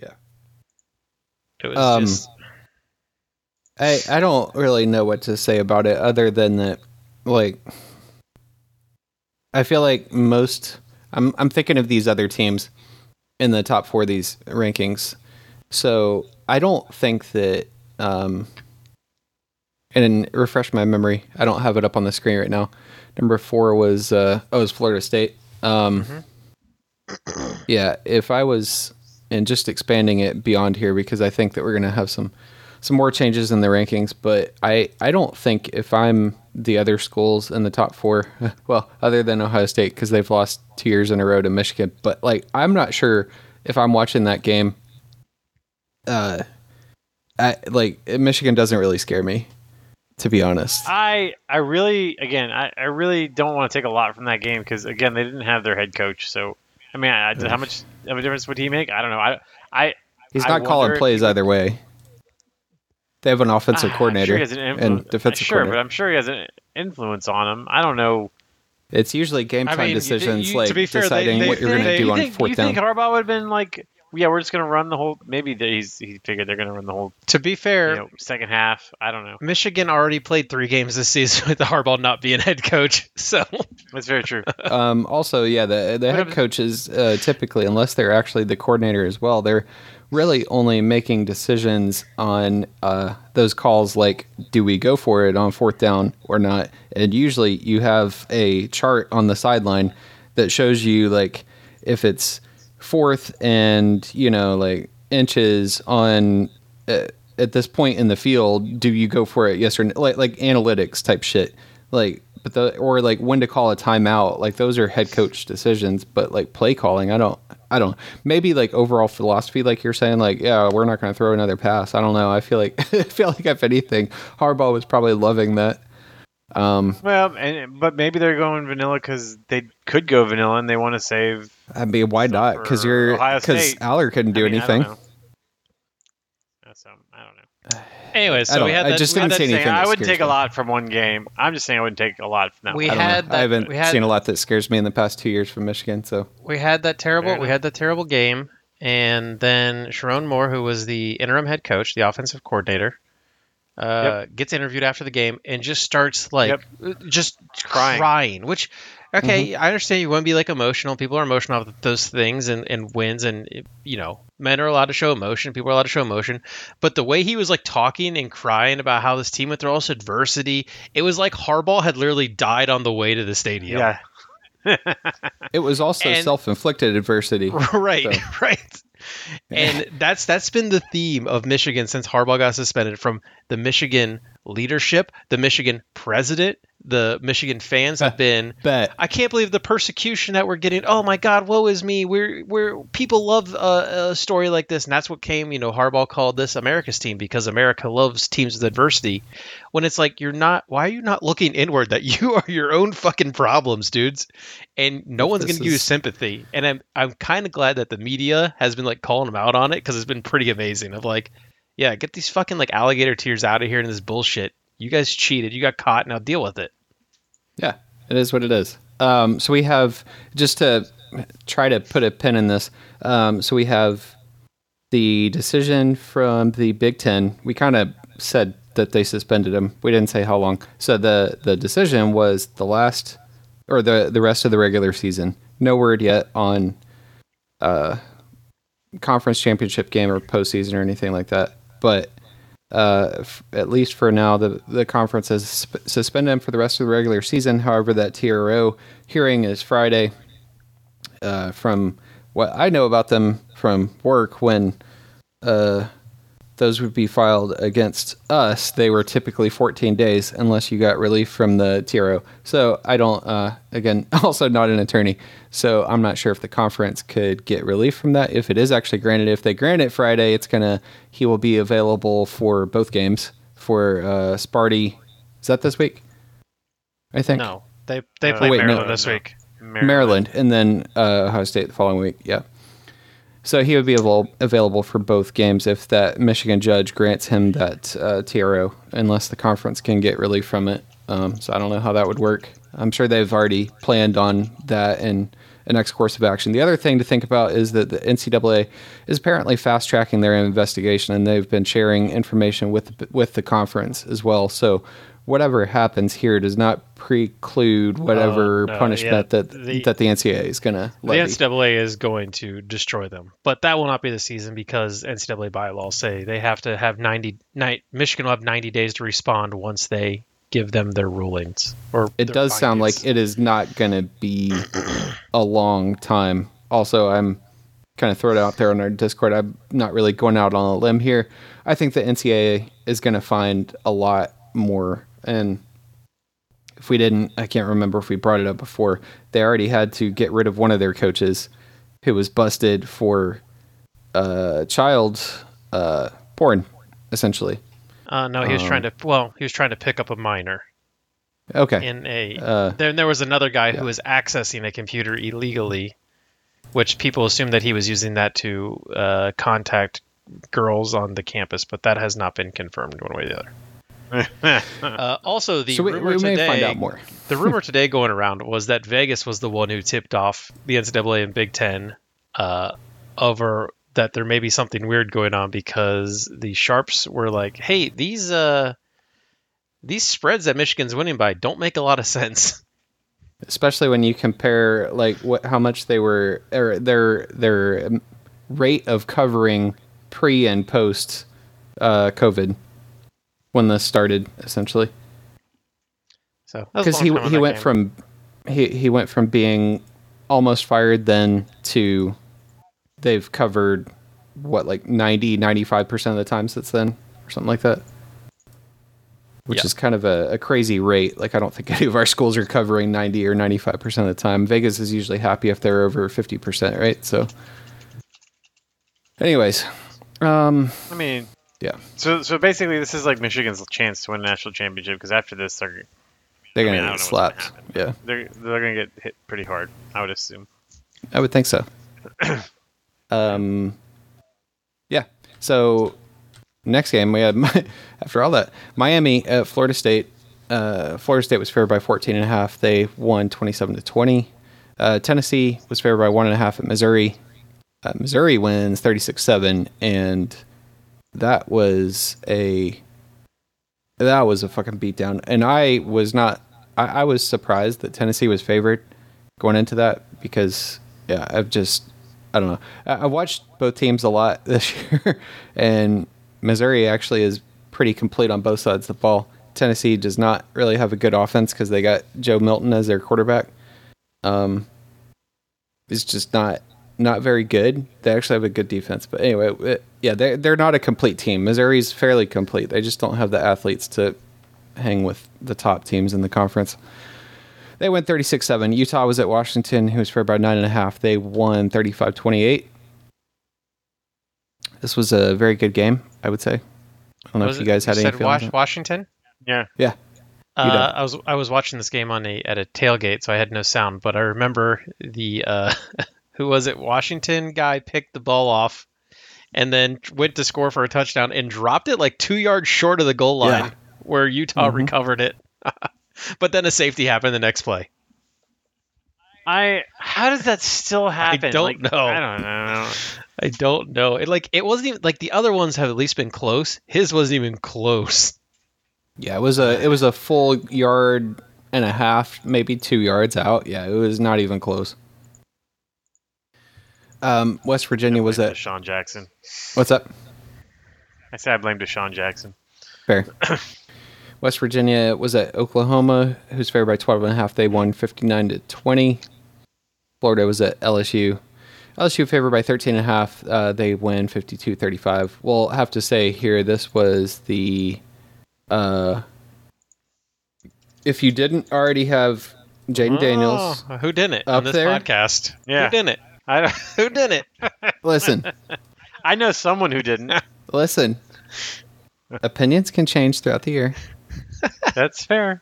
Yeah. It was Um, just I I don't really know what to say about it other than that, like, I feel like most. I'm I'm thinking of these other teams in the top four of these rankings, so I don't think that um, and refresh my memory. I don't have it up on the screen right now. Number four was uh, oh, it was Florida State. Um, yeah, if I was and just expanding it beyond here because I think that we're gonna have some some more changes in the rankings. But I I don't think if I'm the other schools in the top four, <laughs> well, other than Ohio State because they've lost two years in a row to Michigan. But like I'm not sure if I'm watching that game. Uh, I, like Michigan doesn't really scare me, to be honest. I I really again I, I really don't want to take a lot from that game because again they didn't have their head coach so I mean I, I- how much of a difference would he make I don't know I I He's I not wonder calling if plays either way. They have an offensive Ah, I'm coordinator sure he has an influ- and defensive sure but coordinator. I'm sure he has an influence on him I don't know It's usually game I time mean, you- decisions, you- like to be fair, they- deciding they- what you're going they- to do you on think, fourth you down. think <laughs> Harbaugh would have been like yeah we're just gonna run the whole maybe they, he's he figured they're gonna run the whole To be fair, you know, second half I don't know Michigan already played three games this season <laughs> with Harbaugh not being head coach. <laughs> So that's very <laughs> true um, also, yeah, the the head I'm- coaches uh, typically, unless they're actually the coordinator as well, they're really only making decisions on uh, those calls like do we go for it on fourth down or not and usually you have a chart on the sideline that shows you like if it's fourth and you know like inches on uh, at this point in the field do you go for it yes or no like, like analytics type shit like but the or like when to call a timeout like those are head coach decisions but like play calling i don't i don't maybe like overall philosophy like you're saying like yeah we're not going to throw another pass i don't know i feel like <laughs> i feel like if anything harbaugh was probably loving that Um, well and but maybe they're going vanilla because they could go vanilla and they want to save i mean why not because you're Ohio because State, aller couldn't do I mean, I don't anything know. Uh, So I don't know. anyway, I so don't- we had I that, just we had didn't that see anything Saying I that wouldn't scares take a me. lot from one game. I'm just saying I wouldn't take a lot from that. We one. I don't know. had that- I haven't we had- seen a lot that scares me in the past two years from Michigan. So we had that terrible Fair we enough. had that terrible game and then sharon moore who was the interim head coach the offensive coordinator uh, gets interviewed after the game and just starts like just crying. Crying. which okay i understand you want to be like emotional people are emotional with those things and, and wins and you know men are allowed to show emotion people are allowed to show emotion but the way he was like talking and crying about how this team went through all this adversity it was like harbaugh had literally died on the way to the stadium yeah. it was also And- self-inflicted adversity. <laughs> right So- right and that's that's been the theme of michigan since harbaugh got suspended from the michigan leadership the michigan president the michigan fans have been Bet I can't believe the persecution that we're getting. Oh my God, woe is me. We're we're people love uh, a story like this, and that's what came. You know, Harbaugh called this America's team because America loves teams with adversity. When it's like you're not, why are you not looking inward? That <laughs> you are your own fucking problems, dudes, and no one's This going to give you is- sympathy. And I'm I'm kind of glad that the media has been like calling him out on it because it's been pretty amazing. Of like, yeah, get these fucking like alligator tears out of here and this bullshit. You guys cheated. You got caught. Now deal with it. Yeah, it is what it is. Um, so we have just to try to put a pin in this. Um, so we have the decision from the Big Ten. We kind of said that they suspended him. We didn't say how long. So the the decision was the last or the the rest of the regular season. No word yet on uh, conference championship game or postseason or anything like that. But uh, f- at least for now, the, the conference has sp- suspended him for the rest of the regular season. However, that TRO hearing is Friday. Uh, from what I know about them from work, when uh, those would be filed against us, they were typically 14 days unless you got relief from the TRO. So I don't, uh, again, <laughs> also not an attorney. So I'm not sure if the conference could get relief from that. If it is actually granted, if they grant it Friday, it's going to, he will be available for both games for uh, Sparty. Is that this week? I think. No, they they Uh, play wait, no. Maryland this No. week. Maryland. Maryland, and then uh, Ohio State the following week. Yeah. So he would be avail- available for both games if that Michigan judge grants him that uh, TRO, unless the conference can get relief from it. Um, so I don't know how that would work. I'm sure they've already planned on that and a next course of action. The other thing to think about is that the NCAA is apparently fast tracking their investigation, and they've been sharing information with with the conference as well. So whatever happens here does not preclude whatever Uh, no, punishment yeah. that The- that the NCAA is going to levy. The NCAA is going to destroy them, but that will not be the season because NCAA bylaws say they have to have 90. Ni- Michigan will have 90 days to respond once they give them their rulings. Or it their does sound findings. like it is not going to be a long time. Also, I'm kind of throw it out there on our Discord. I'm not really going out on a limb here. I think the NCAA is going to find a lot more. And if we didn't, I can't remember if we brought it up before. They already had to get rid of one of their coaches who was busted for uh, child uh, porn, essentially. Uh, no, he was trying um, to. Well, he was trying to pick up a minor Okay. in a. Uh, then there was another guy who was accessing a computer illegally, which people assume that he was using that to uh, contact girls on the campus, but that has not been confirmed one way or the other. Uh, also, the so we, rumor we may today, find out more. the rumor today going around was that Vegas was the one who tipped off the NCAA and Big Ten uh, over that there may be something weird going on because the sharps were like, "Hey, these uh, these spreads that Michigan's winning by don't make a lot of sense." <laughs> especially when you compare like what how much they were or their their um, rate of covering pre and post uh, COVID when this started essentially So that was a because long he time on he that went game. from he he went from being almost fired then to they've covered what like 90 95% of the time since then or something like that which Yeah. is kind of a, a crazy rate like i don't think <laughs> any of our schools are covering 90 or 95% of the time vegas is usually happy if they're over 50% right so anyways um I mean, yeah so so basically, this is like Michigan's chance to win a national championship because after this, they're they're I gonna mean, I get don't know what's gonna slapped yeah they're they're gonna get hit pretty hard. I would assume. I would think so. um, yeah. So next game we had <laughs> after all that Miami at Florida State. Uh, Florida State was favored by 14 and a half. They won 27 to 20. Uh, Tennessee was favored by one and a half at Missouri. Uh, Missouri wins 36 7, and that was a that was a fucking beatdown. And I was not. I, I was surprised that Tennessee was favored going into that because yeah, I've just I don't know. I, I watched both teams a lot <laughs> this year, and Missouri actually is pretty complete on both sides of the ball. Tennessee does not really have a good offense because they got Joe Milton as their quarterback. Um, it's just not not very good. They actually have a good defense, but anyway, it, yeah, they're they're not a complete team. Missouri's fairly complete. They just don't have the athletes to hang with the top teams in the conference. They went 36 7. Utah was at Washington, who was favored by 9.5. They won 35 28. This was a very good game, I would say. I don't know Was if you it- guys had any said feelings. Wash- on it. Washington. Yeah. Yeah. You don't. Uh, I was I was watching this game on a at a tailgate, so I had no sound. But I remember the uh, <laughs> who was it? Washington guy picked the ball off, and then went to score for a touchdown and dropped it like two yards short of the goal Yeah. line, where Utah Mhm. recovered it. <laughs> but then a safety happened the next play. I how does that still happen? don't Like, know. I don't know. I don't know. It like it wasn't even like the other ones have at least been close. His wasn't even close. Yeah, it was a it was a full yard and a half, maybe two yards out. Yeah, it was not even close. Um, West Virginia was at Deshaun Jackson? what's up? I say I blame Deshaun Jackson. Fair. <coughs> West Virginia was at Oklahoma, who's favored by 12 and a half. They won 59 to 20. Florida was at LSU. LSU favored by 13 and a half. Uh, they win 52 35. We'll have to say here this was the. Uh, if you didn't already have Jaden Daniels, Oh, who didn't it Up on this there? podcast? Yeah. Who didn't it? I don't, <laughs> Who didn't it? listen, I know someone who <laughs> didn't. listen. Opinions can change throughout the year. That's fair.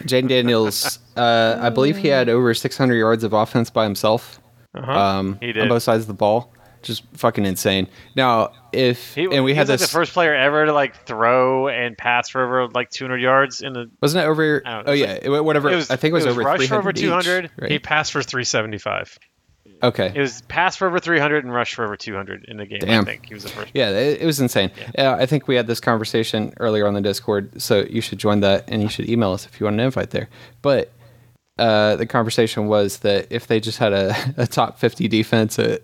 Jaden Daniels, uh, I believe he had over 600 yards of offense by himself. Uh-huh. um, He did. on both sides of the ball. just fucking insane. Now, if He, and we he had was, like, this, the first player ever to like throw and pass for over like 200 yards in the. wasn't it over? I don't know, Oh it's yeah, it- whatever. it was- I think it was, it was over rush 300 for over each, 200, right? He passed for 375. okay, It was pass for over 300 and rush for over 200 in the game. Damn. I think he was the first. Yeah, it, it was insane. Uh, I think we had this conversation earlier on the Discord, so you should join that and you should email us if you want an invite there. But uh, the conversation was that if they just had a, <laughs> a top 50 defense at,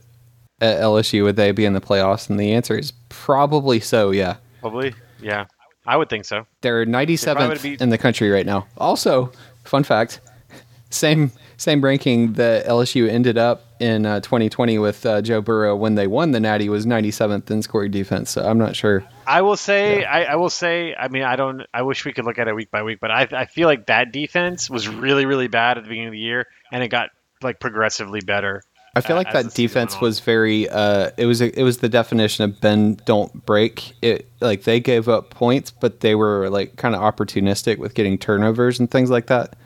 at LSU, would they be in the playoffs? And the answer is probably so, yeah. Probably, yeah. I would think so. They're probably 97th would be- in the country right now. Also, fun fact <laughs> same same ranking that LSU ended up in uh, 2020 with uh, Joe Burrow when they won the Natty was 97th in scoring defense. So I'm not sure. I will say, I, I will say, I mean, I don't, I wish we could look at it week by week, but I, I feel like that defense was really, really bad at the beginning of the year, and it got like progressively better. I feel uh, like as the that season defense went on. was very. Uh, it was it was the definition of bend don't break. It like they gave up points, but they were like kind of opportunistic with getting turnovers and things like that.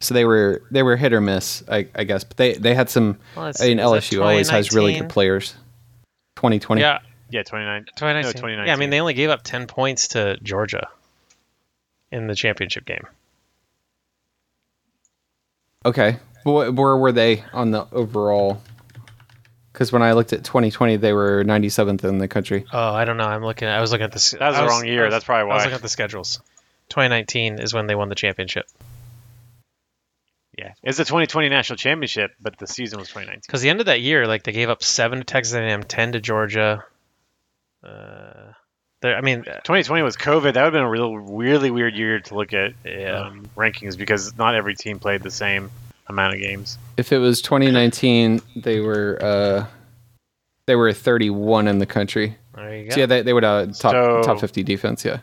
So they were they were hit or miss, I, I guess. But they they had some. Well, it's- I mean, it's like LSU always has really good 2019. players. Twenty twenty. Yeah, Yeah, 29. 2019. No, 2019. Yeah, I mean, they only gave up 10 points to Georgia in the championship game. Okay. Wh- Where were they on the overall? Because when I looked at twenty twenty, they were ninety seventh in the country. Oh, I don't know. I'm looking. I was looking at this. That was the wrong year, that's probably I was why. looking at the schedules. 2019 is when they won the championship Yeah, it's the 2020 national championship, but the season was 2019. because the end of that year, like they gave up seven to Texas A&M, ten to Georgia. Uh, there. I mean, uh, 2020 was COVID. That would have been a real, really weird year to look at Yeah. um, rankings because not every team played the same amount of games. If it was twenty nineteen, they were uh, they were thirty one in the country. there you Yeah, go. so yeah they, they would uh, top So- top fifty defense. Yeah,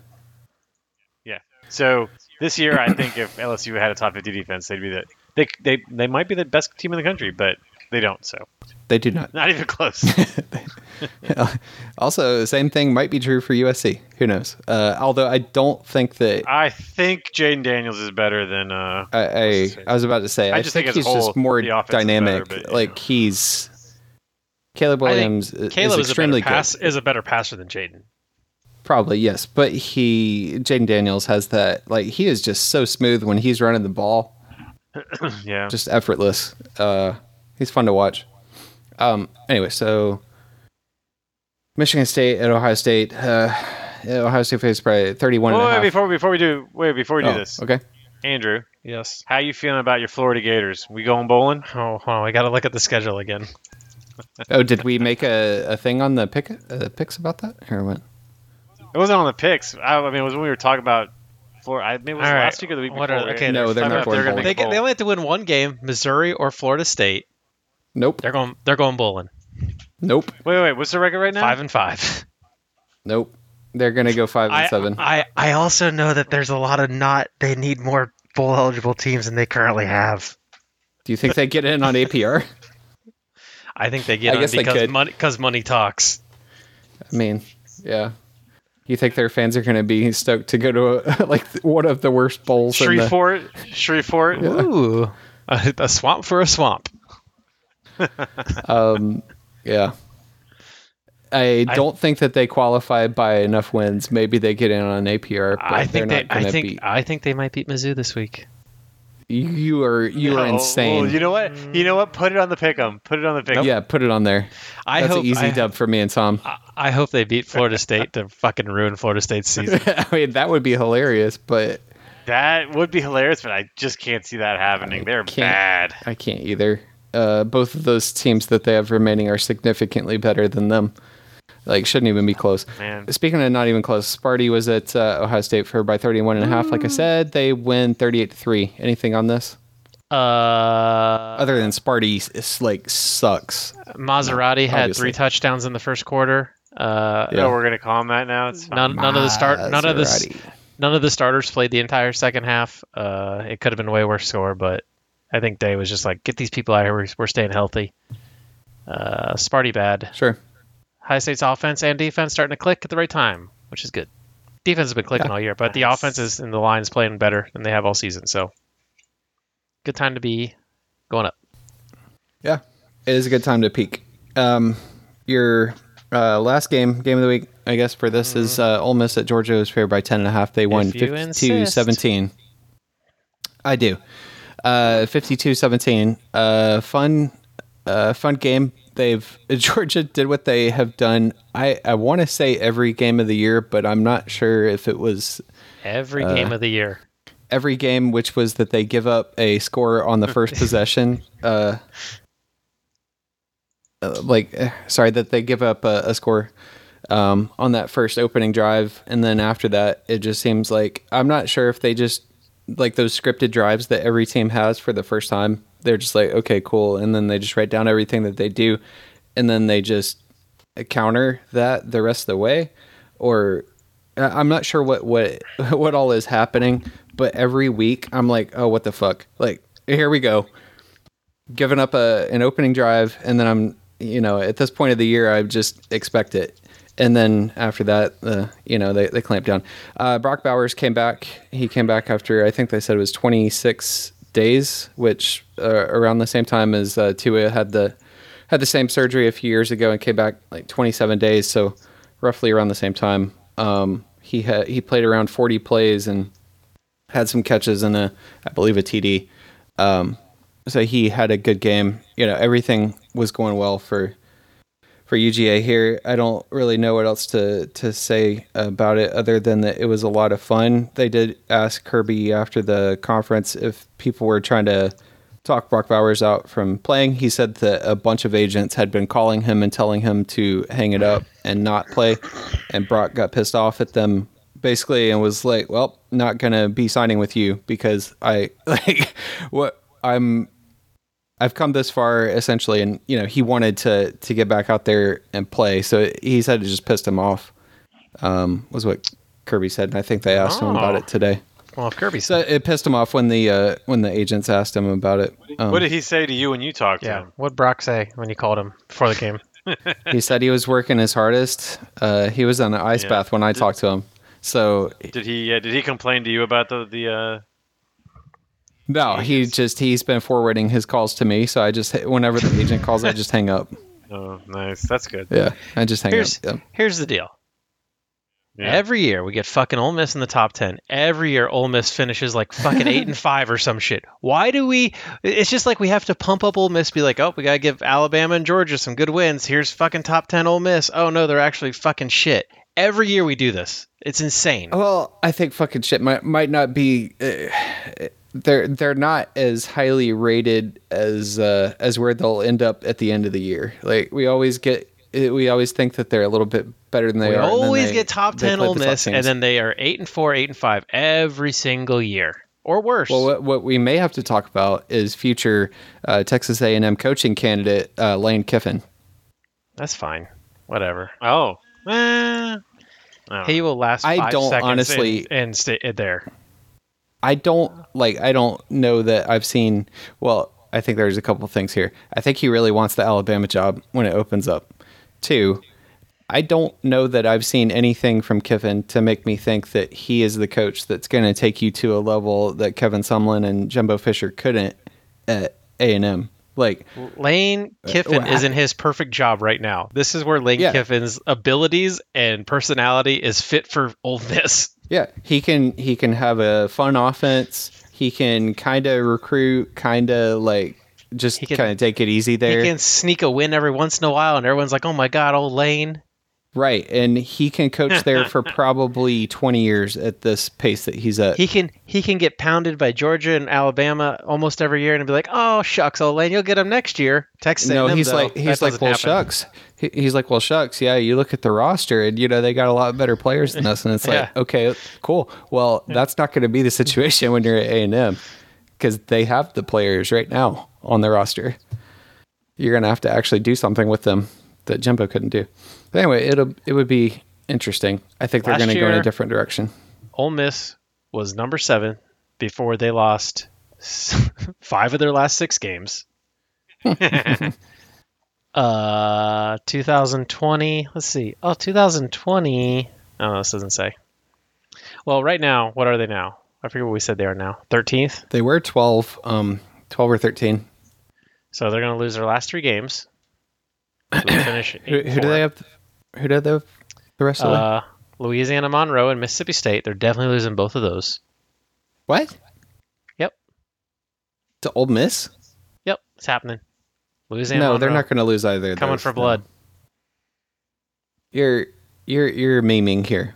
Yeah. So this year, I think if LSU had a top 50 defense, they'd be the they they they might be the best team in the country, but they don't. So they do not. not even <laughs> close. also, same thing might be true for USC. Who knows? Uh, although I don't think that I think Jaden Daniels is better than uh. I, I, I was about to say. I, just think as he's a whole, just more the offense is better, dynamic. but, you like know. he's Caleb I think Williams i- is Caleb is, a better extremely pass good. is a better passer than Jaden. Probably yes, but he Jaden Daniels has that. Like he is just so smooth when he's running the ball. Yeah. just effortless. Uh, he's fun to watch. Um, anyway, so Michigan State at Ohio State. Uh, Ohio State faced probably 31 and Well, a wait, half. before before we do wait before we do Oh, this, Okay. Andrew, Yes. how you feeling about your Florida Gators? We going bowling? Oh, hold on. I got to look at the schedule again. Oh, did we make a, a thing on the pick uh, picks about that? Or what? It wasn't on the picks. I, I mean, it was when we were talking about Florida. I mean, it was All right. last week or the week What before. are- right? okay, No, Next they're time not out, going gonna bowling. make They, a get- they bowl. only have to win one game, Missouri or Florida State. Nope. They're going. They're going bowling. Nope. Wait, wait, what's the record right now? Five and five. <laughs> Nope. They're gonna go five and I, seven. I I also know that there's a lot of not. They need more bowl eligible teams than they currently have. Do you think they get in on APR? I think they get I on guess they because could. money because money talks. I mean, yeah. You think their fans are gonna be stoked to go to <laughs> a, like one of the worst bowls? in the- Shreveport, Shreveport. Ooh, <laughs> a, a swamp for a swamp. Um, yeah. I don't think that they qualify by enough wins. Maybe they get in on APR, but I think they're they. not going I to think beat. I think they might beat Mizzou this week. You, you are you Oh, are No, insane. Oh, well, you know what? You know what? Put it on the pick'em. Put it on the pick'em. yeah, put it on there. I That's hope an easy I, dub for me and Tom. <laughs> I, I hope they beat Florida State to fucking ruin Florida State's season. <laughs> I mean, that would be hilarious, but That would be hilarious, but I just can't see that happening. They're can't- bad. I can't either. Uh, both of those teams that they have remaining are significantly better than them. Like, shouldn't even be close. Man. Speaking of not even close, Sparty was at uh, Ohio State for by 31 and a half. Mm. Like I said, they win 38 to 3. Anything on this? Uh, other than Sparty, it's like sucks. Maserati had obviously. three touchdowns in the first quarter. Uh, Yeah. No, Oh, we're gonna call them that now. It's fine. None, none of the start, Ah, none of the s- Maserati. none of the starters played the entire second half. Uh, it could have been a way worse score, but I think Day was just like, get these people out here. We're, we're staying healthy. Uh, Sparty bad. Sure. High State's offense and defense starting to click at the right time, which is good. Defense has been clicking all year, but the Nice. offense is and the line's playing better than they have all season. So, good time to be going up. Yeah. It is a good time to peak. Um, your uh, last game, game of the week, I guess, for this is uh, Ole Miss at Georgia was favored by 10.5. They won Mm-hmm. If you 52 insist. 17. I do. Uh, 52 17. Uh, fun, uh, fun game. They've <laughs> Georgia did what they have done. I, I want to say every game of the year, but I'm not sure if it was Every game of the year. every game, which was that they give up a score on the first possession. Uh, uh, like, eh, sorry, that they give up a, a score um, on that first opening drive. And then after that, it just seems like I'm not sure if they just like those scripted drives that every team has for the first time. They're just like, okay, cool. And then they just write down everything that they do. And then they just counter that the rest of the way or I- I'm not sure what what <laughs> what all is happening, but every week I'm like, oh, what the fuck? Like, here we go, giving up a an opening drive, and then I'm, you know, at this point of the year, I just expect it, and then after that, uh, you know, they they clamp down. Uh, Brock Bowers came back. He came back after I think they said it was 26 days, which uh, around the same time as uh, Tua had the had the same surgery a few years ago and came back like 27 days, so roughly around the same time. Um, he had he played around 40 plays and had some catches and a I believe a TD. Um, so he had a good game. You know, everything was going well for for UGA here. I don't really know what else to to say about it other than that it was a lot of fun. They did ask Kirby after the conference if people were trying to talk Brock Bowers out from playing. He said that a bunch of agents had been calling him and telling him to hang it up and not play, and Brock got pissed off at them basically and was like, "Well, not gonna be signing with you because I <laughs> like what I'm I've come this far essentially, and you know he wanted to to get back out there and play. So he said it just pissed him off. Um, was what Kirby said, and I think they asked him about Oh. it today. Well, if Kirby So said, it pissed him off when the uh, when the agents asked him about it. Um, what did he say to you when you talked to yeah. him? What'd Brock say when you called him before the game? he said he was working his hardest. Uh, he was on an ice Yeah. bath when I talked to him. So Did he uh, did he complain to you about the the? Uh, no, he Jesus. just he's been forwarding his calls to me. So I just whenever the agent calls, I just hang up. oh, nice. That's good. Yeah, I just hang Here's- up. Yeah. Here's the deal. Yeah. Every year we get fucking Ole Miss in the top ten. Every year Ole Miss finishes like fucking <laughs> eight and five or some shit. Why do we? It's just like we have to pump up Ole Miss. Be like, oh, we gotta give Alabama and Georgia some good wins. Here's fucking top ten Ole Miss. Oh no, they're actually fucking shit. Every year we do this. It's insane. Well, I think fucking shit might might not be. Uh, they're they're not as highly rated as uh, as where they'll end up at the end of the year. Like we always get, uh, we always think that they're a little bit better than they We are. and then always they- get top they ten play Ole the top Miss, and teams. then they are eight and four, eight and five every single year, or worse. Well, what, what we may have to talk about is future uh, Texas A&M coaching candidate uh, Lane Kiffin. That's fine. Whatever. Oh. Eh, I don't he know. will last. I five don't seconds honestly- and, and stay uh, there. I don't like. I don't know that I've seen. Well, I think there's a couple things here. I think he really wants the Alabama job when it opens up. Two, I don't know that I've seen anything from Kiffin to make me think that he is the coach that's going to take you to a level that Kevin Sumlin and Jumbo Fisher couldn't at A and M. Like, Lane Kiffin well, is Uh, oh, I- in his perfect job right now. This is where Lane Yeah. Kiffin's abilities and personality is fit for Ole Miss. Yeah, he can he can have a fun offense. He can kind of recruit, kind of like just He can- kind of take it easy there. He can sneak a win every once in a while, and everyone's like, "Oh my god, old Lane." right, and he can coach there <laughs> for probably 20 years at this pace that he's at. He can he can get pounded by Georgia and Alabama almost every year, and be like, "Oh shucks, old Lane, you'll get him next year." Texas. no, A&M, he's though, like that he's like doesn't well happen. shucks. He, he's like well shucks. Yeah, you look at the roster and you know they got a lot better players than us, and it's like Yeah. okay, cool. Well, that's not going to be the situation when you're at A and M because they have the players right now on the roster. You're going to have to actually do something with them that Jumbo couldn't do. But anyway, it'll it would be interesting. I think they're Last going to go in a year- different direction. Ole Miss was number seven before they lost <laughs> s- five of their last <laughs> six games. uh, 2020. Let's see. Oh, 2020. Oh, this doesn't say. Well, right now, what are they now? I forget what we said they are now. 13th. They were 12, um, 12 or thirteen. So they're going to lose their last three games. <coughs> We finish Who, who do they have? Who do they have the rest of the way? Uh, Louisiana Monroe and Mississippi State. They're definitely losing both of those. What? Yep. To Old Miss? Yep, it's happening. Louisiana. no, they're Monroe, not going to lose either. of coming those. for No. blood. You're you're you're memeing here.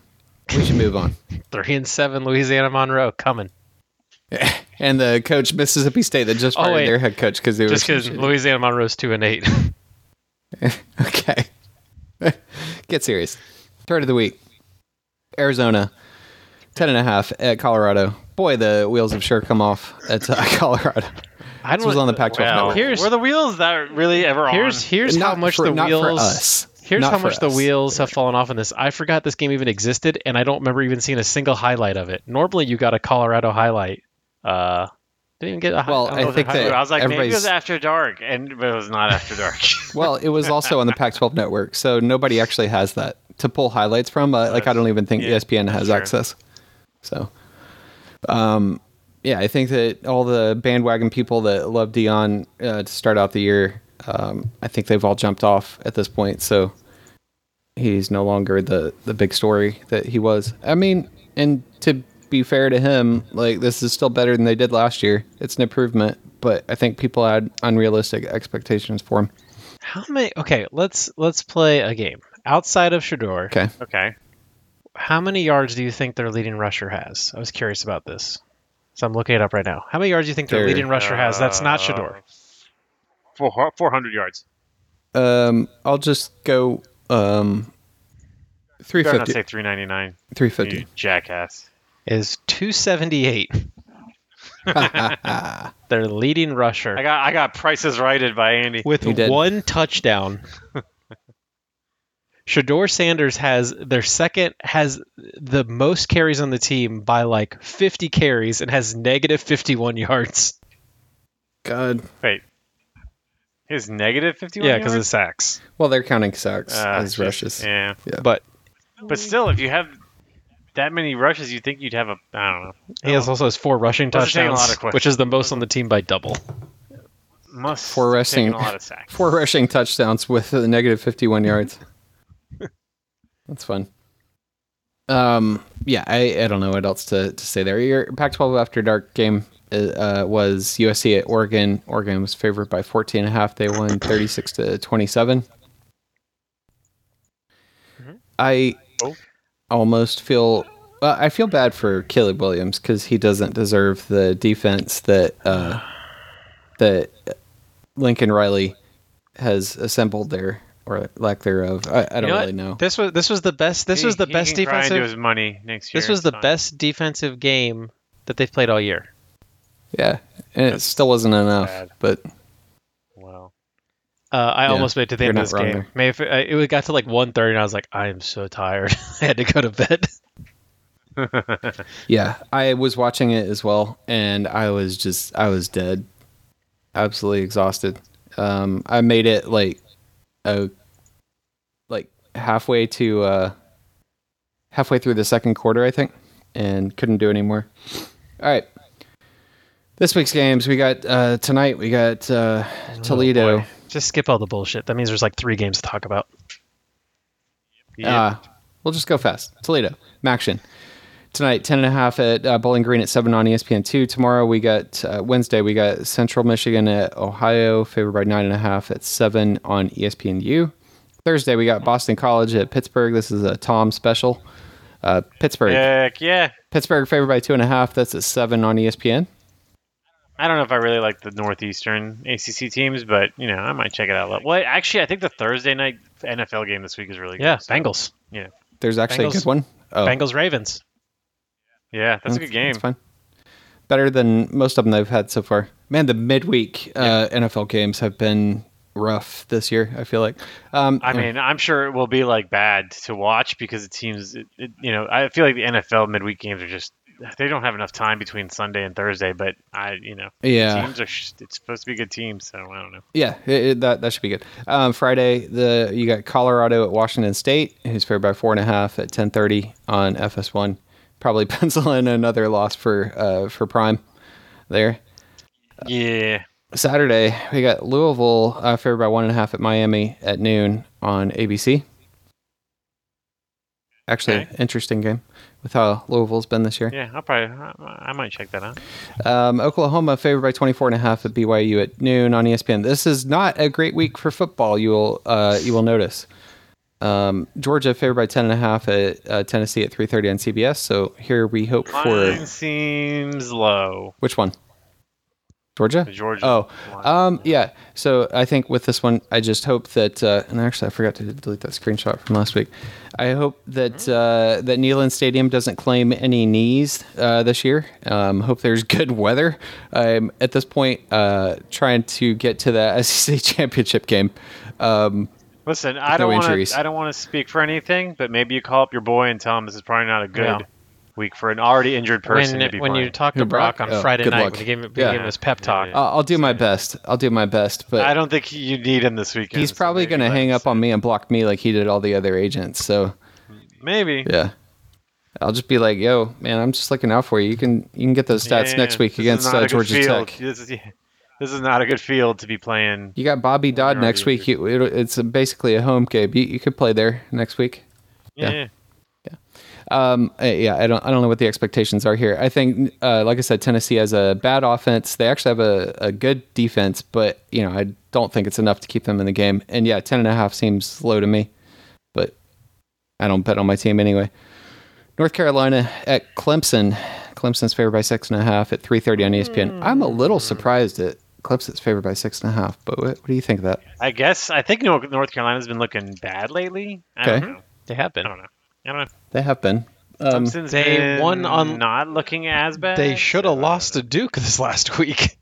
We should move on. Three and seven. Louisiana Monroe coming. And the coach Mississippi State that just Oh, fired wait. their head coach because they Just were because Louisiana Monroe's two and eight. <laughs> <laughs> Okay. <laughs> Get serious. Third of the week. Arizona. Ten and a half at Colorado. Boy, the wheels have sure come off at uh, <laughs> Colorado. I This was on the Pac-12 Well, network. here's were the wheels that really ever here's on? here's how Not much for- the not wheels. for us. Here's Not how for much the us. wheels have fallen off in this. I forgot this game even existed, and I don't remember even seeing a single highlight of it. Normally, you got a Colorado highlight. Uh, didn't even get a. hi- Well, don't I know if they think highlighted that- it. I was like, maybe it was everybody's- after dark, and but it was not <laughs> after dark. Well, it was also on the Pac-12 network, so nobody actually has that to pull highlights from. Uh, like, I don't even think yeah, ESPN has sure. access. So, um, yeah, I think that all the bandwagon people that love Dion uh, to start out the year, um, I think they've all jumped off at this point. So he's no longer the the big story that he was. I mean, and to be fair to him, like this is still better than they did last year. It's an improvement, but I think people had unrealistic expectations for him. How many? Okay, let's let's play a game outside of Shador. Okay. okay, How many yards do you think their leading rusher has? I was curious about this, so I'm looking it up right now. How many yards do you think their Their- leading rusher has? That's not Shador. four four hundred yards. Um, I'll just go um, Better not say 350. three ninety nine. You 350. jackass. Is <laughs> 278 their leading rusher I got I got prices righted by Andy. with You did. one <laughs> touchdown. Shador Sanders has their second has the most carries on the team by like 50 carries and has negative 51 yards. God. Wait, his negative fifty one. Yeah, because of sacks. Well, they're counting sacks as rushes. Ah, Yeah, Oh. But but still, if you have that many rushes, you think you'd have a I don't know. Oh, He has also has four rushing Those are taking a lot touchdowns, of questions. which is the most on the team by double. Must Four have rushing- taken a lot of sacks. Four rushing touchdowns with the negative 51 yards. That's fun. Um, yeah, I, I don't know what else to, to say there. Your Pac 12 after dark game uh, uh, was USC at Oregon. Oregon was favored by 14 and a half. They won 36 to 27. I Oh. almost feel well, I feel bad for Caleb Williams because he doesn't deserve the defense that uh, that Lincoln Riley has assembled there or lack thereof. I, I don't really know. This was this was the best. This He- was the he best can cry into defensive. his money next year. This was the It's fine. best defensive game that they've played all year. Yeah, and it still wasn't enough. bad. But Wow. Uh, I Yeah, almost made it to the you're end not of this wrong game. there. May if, uh, it got to like 1.30 and I was like, I am so tired. <laughs> I had to go to bed. <laughs> yeah, I was watching it as well, and I was just I was dead, absolutely exhausted. Um, I made it like a like halfway to uh, halfway through the second quarter, I think, and couldn't do anymore. All right. This week's games, we got uh, tonight. We got uh, Toledo. boy. Just skip all the bullshit. That means there's like three games to talk about. Yeah. Uh, we'll just go fast. Toledo, Maction. Tonight, 10 and a half at uh, Bowling Green at 7 on ESPN2. Tomorrow, we got uh, Wednesday, we got Central Michigan at Ohio, favored by 9.5 at 7 on E ESPNU. Thursday, we got Boston College at Pittsburgh. This is a Tom special. Uh, Pittsburgh. Heck yeah. Pittsburgh favored by 2.5. That's at 7 on E ESPN. I don't know if I really like the Northeastern ACC teams, but you know I might check it out. Like- Well, actually, I think the Thursday night NFL game this week is really good. Yeah, so- Bengals. There's actually Bengals- a good one. Oh, Bengals Ravens. Yeah, that's a good game. It's fine. Better than most of them they've had so far. Man, the midweek uh, NFL games have been rough this year. I feel like. Um, I yeah. mean, I'm sure it will be like bad to watch because it seems, it, it, you know, I feel like the NFL midweek games are just they don't have enough time between Sunday and Thursday. But I, you know, yeah, teams are sh- it's supposed to be good teams, so I don't know. yeah, it- it- that that should be good. Um, Friday, the you got Colorado at Washington State, who's favored by four and a half at ten thirty on FS1. Probably <laughs> pencil in another loss for uh, for Prime there. Yeah, Saturday, we got Louisville uh, favored by one and a half at Miami at noon on ABC. Actually, Okay. interesting game with how Louisville's been this year. Yeah, I'll probably I, I might check that out. Um, Oklahoma favored by 24 and a half at BYU at noon on E ESPN. This is not a great week for football. You will uh, you will notice. Um, Georgia favored by 10 and a half at uh, Tennessee at 3:30 on CBS. So here we hope for Mine seems low. which one? Georgia. The Georgia. Oh, line. um, yeah. So I think with this one, I just hope that, uh, and actually, I forgot to delete that screenshot from last week. I hope Mm-hmm. that uh, that Neyland Stadium doesn't claim any knees uh, this year. Um, hope there's <laughs> good weather. I'm at this point uh, trying to get to <laughs> the SEC championship game. Um, Listen, I don't no want injuries. to. I don't want to speak for anything, but maybe you call up your boy and tell him this is probably not a good Yeah. week for an already injured person to when be when you playing. talk Who, to Brock on Brock? Oh, Friday good night luck. when he gave, him- he Yeah. gave him his pep talk, I'll, I'll do my best. I'll do my best, but I don't think you need him this weekend. he's so probably maybe going to let hang him up on me and block me like he did all the other agents. So. sit. Maybe. Yeah. I'll just be like, yo, man, I'm just looking out for you. You can you can get those stats Yeah, next week this is against not a uh, good Georgia field. Tech. This is, <laughs> yeah, this is not a good field to be playing. You got Bobby Dodd you're next already week. You, it, it's basically a home game. You, you could play there next week. Yeah. Yeah. Um, uh, yeah, I don't I don't know what the expectations are here. I think, uh, like I said, Tennessee has a bad offense. They actually have a, a good defense, but you know I don't think it's enough to keep them in the game. And yeah, ten and a half seems low to me, but I don't bet on my team anyway. North Carolina at Clemson. Clemson's favored by six and a half at three thirty on E ESPN. I'm a little surprised at Clemson's favored by six and a half. But what, what do you think of that? I guess I think Nor- North Carolina's been looking bad lately. I Okay. don't know. they have been. I don't know. I don't know. They have been. Um, Clemson's they been won on- not looking as bad. They should have so- lost to Duke this last <laughs> week.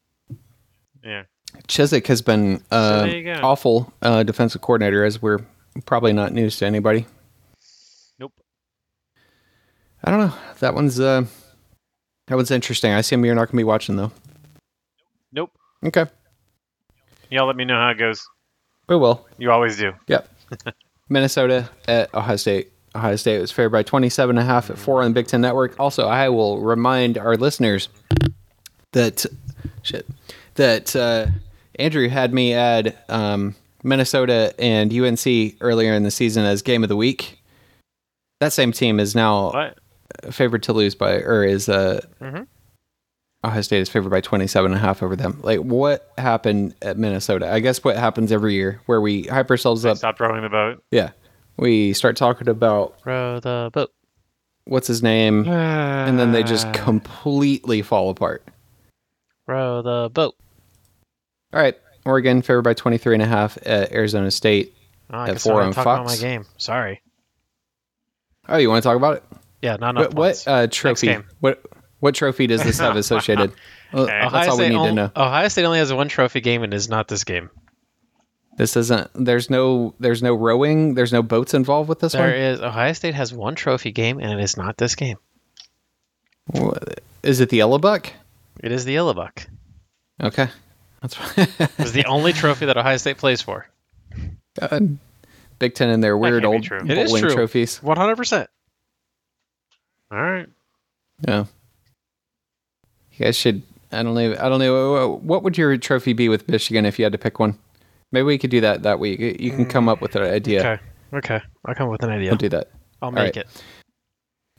Yeah. Chiswick has been uh, there you go. awful uh, defensive coordinator, as we're probably not news to anybody. Nope. I don't know. That one's uh, that one's interesting. I assume you're not going to be watching though. Nope. Okay, Y'all let me know how it goes. we will. You always do. Yep. Minnesota at Ohio State. Ohio State was favored by 27 and a half at four on the Big Ten Network. Also, I will remind our listeners that shit that uh, Andrew had me add um, Minnesota and UNC earlier in the season as game of the week. That same team is now What? favored to lose by or is uh Mhm. Ohio State is favored by 27 and a half over them. Like what happened at Minnesota? I guess what happens every year where we hype ourselves up. Stop rolling the boat. Yeah. We start talking about Row the boat. what's his name and then they Ah. just completely fall apart. <sighs> row the boat. All right. Oregon favored by 23 and a half at Arizona State. Oh, I At guess four I'm on talking about my Fox. game. Sorry. Oh, you want to talk about it? Yeah, not enough What, what points. uh, trophy? game. What what trophy does this <laughs> have associated? Well, Okay. That's all we State need to only, know. Ohio State only has one trophy game and is not this game. This isn't. There's no. There's no rowing. There's no boats involved with this There one. is Ohio State has one trophy game and it is not this game. What- Is it the yellow buck? It is the Yellow Buck. Okay. That's <laughs> fine. It was the only trophy that Ohio State plays for. God. Uh, Big Ten and their weird can't be old true. It is bowling true. trophies. One hundred percent. All right. Yeah. You guys should. I don't know. I don't know. uh, What would your trophy be with Michigan if you had to pick one? Maybe we could do that that week. You can come up with an idea. Okay. Okay. I'll come up with an idea. We'll do that. I'll make right. it.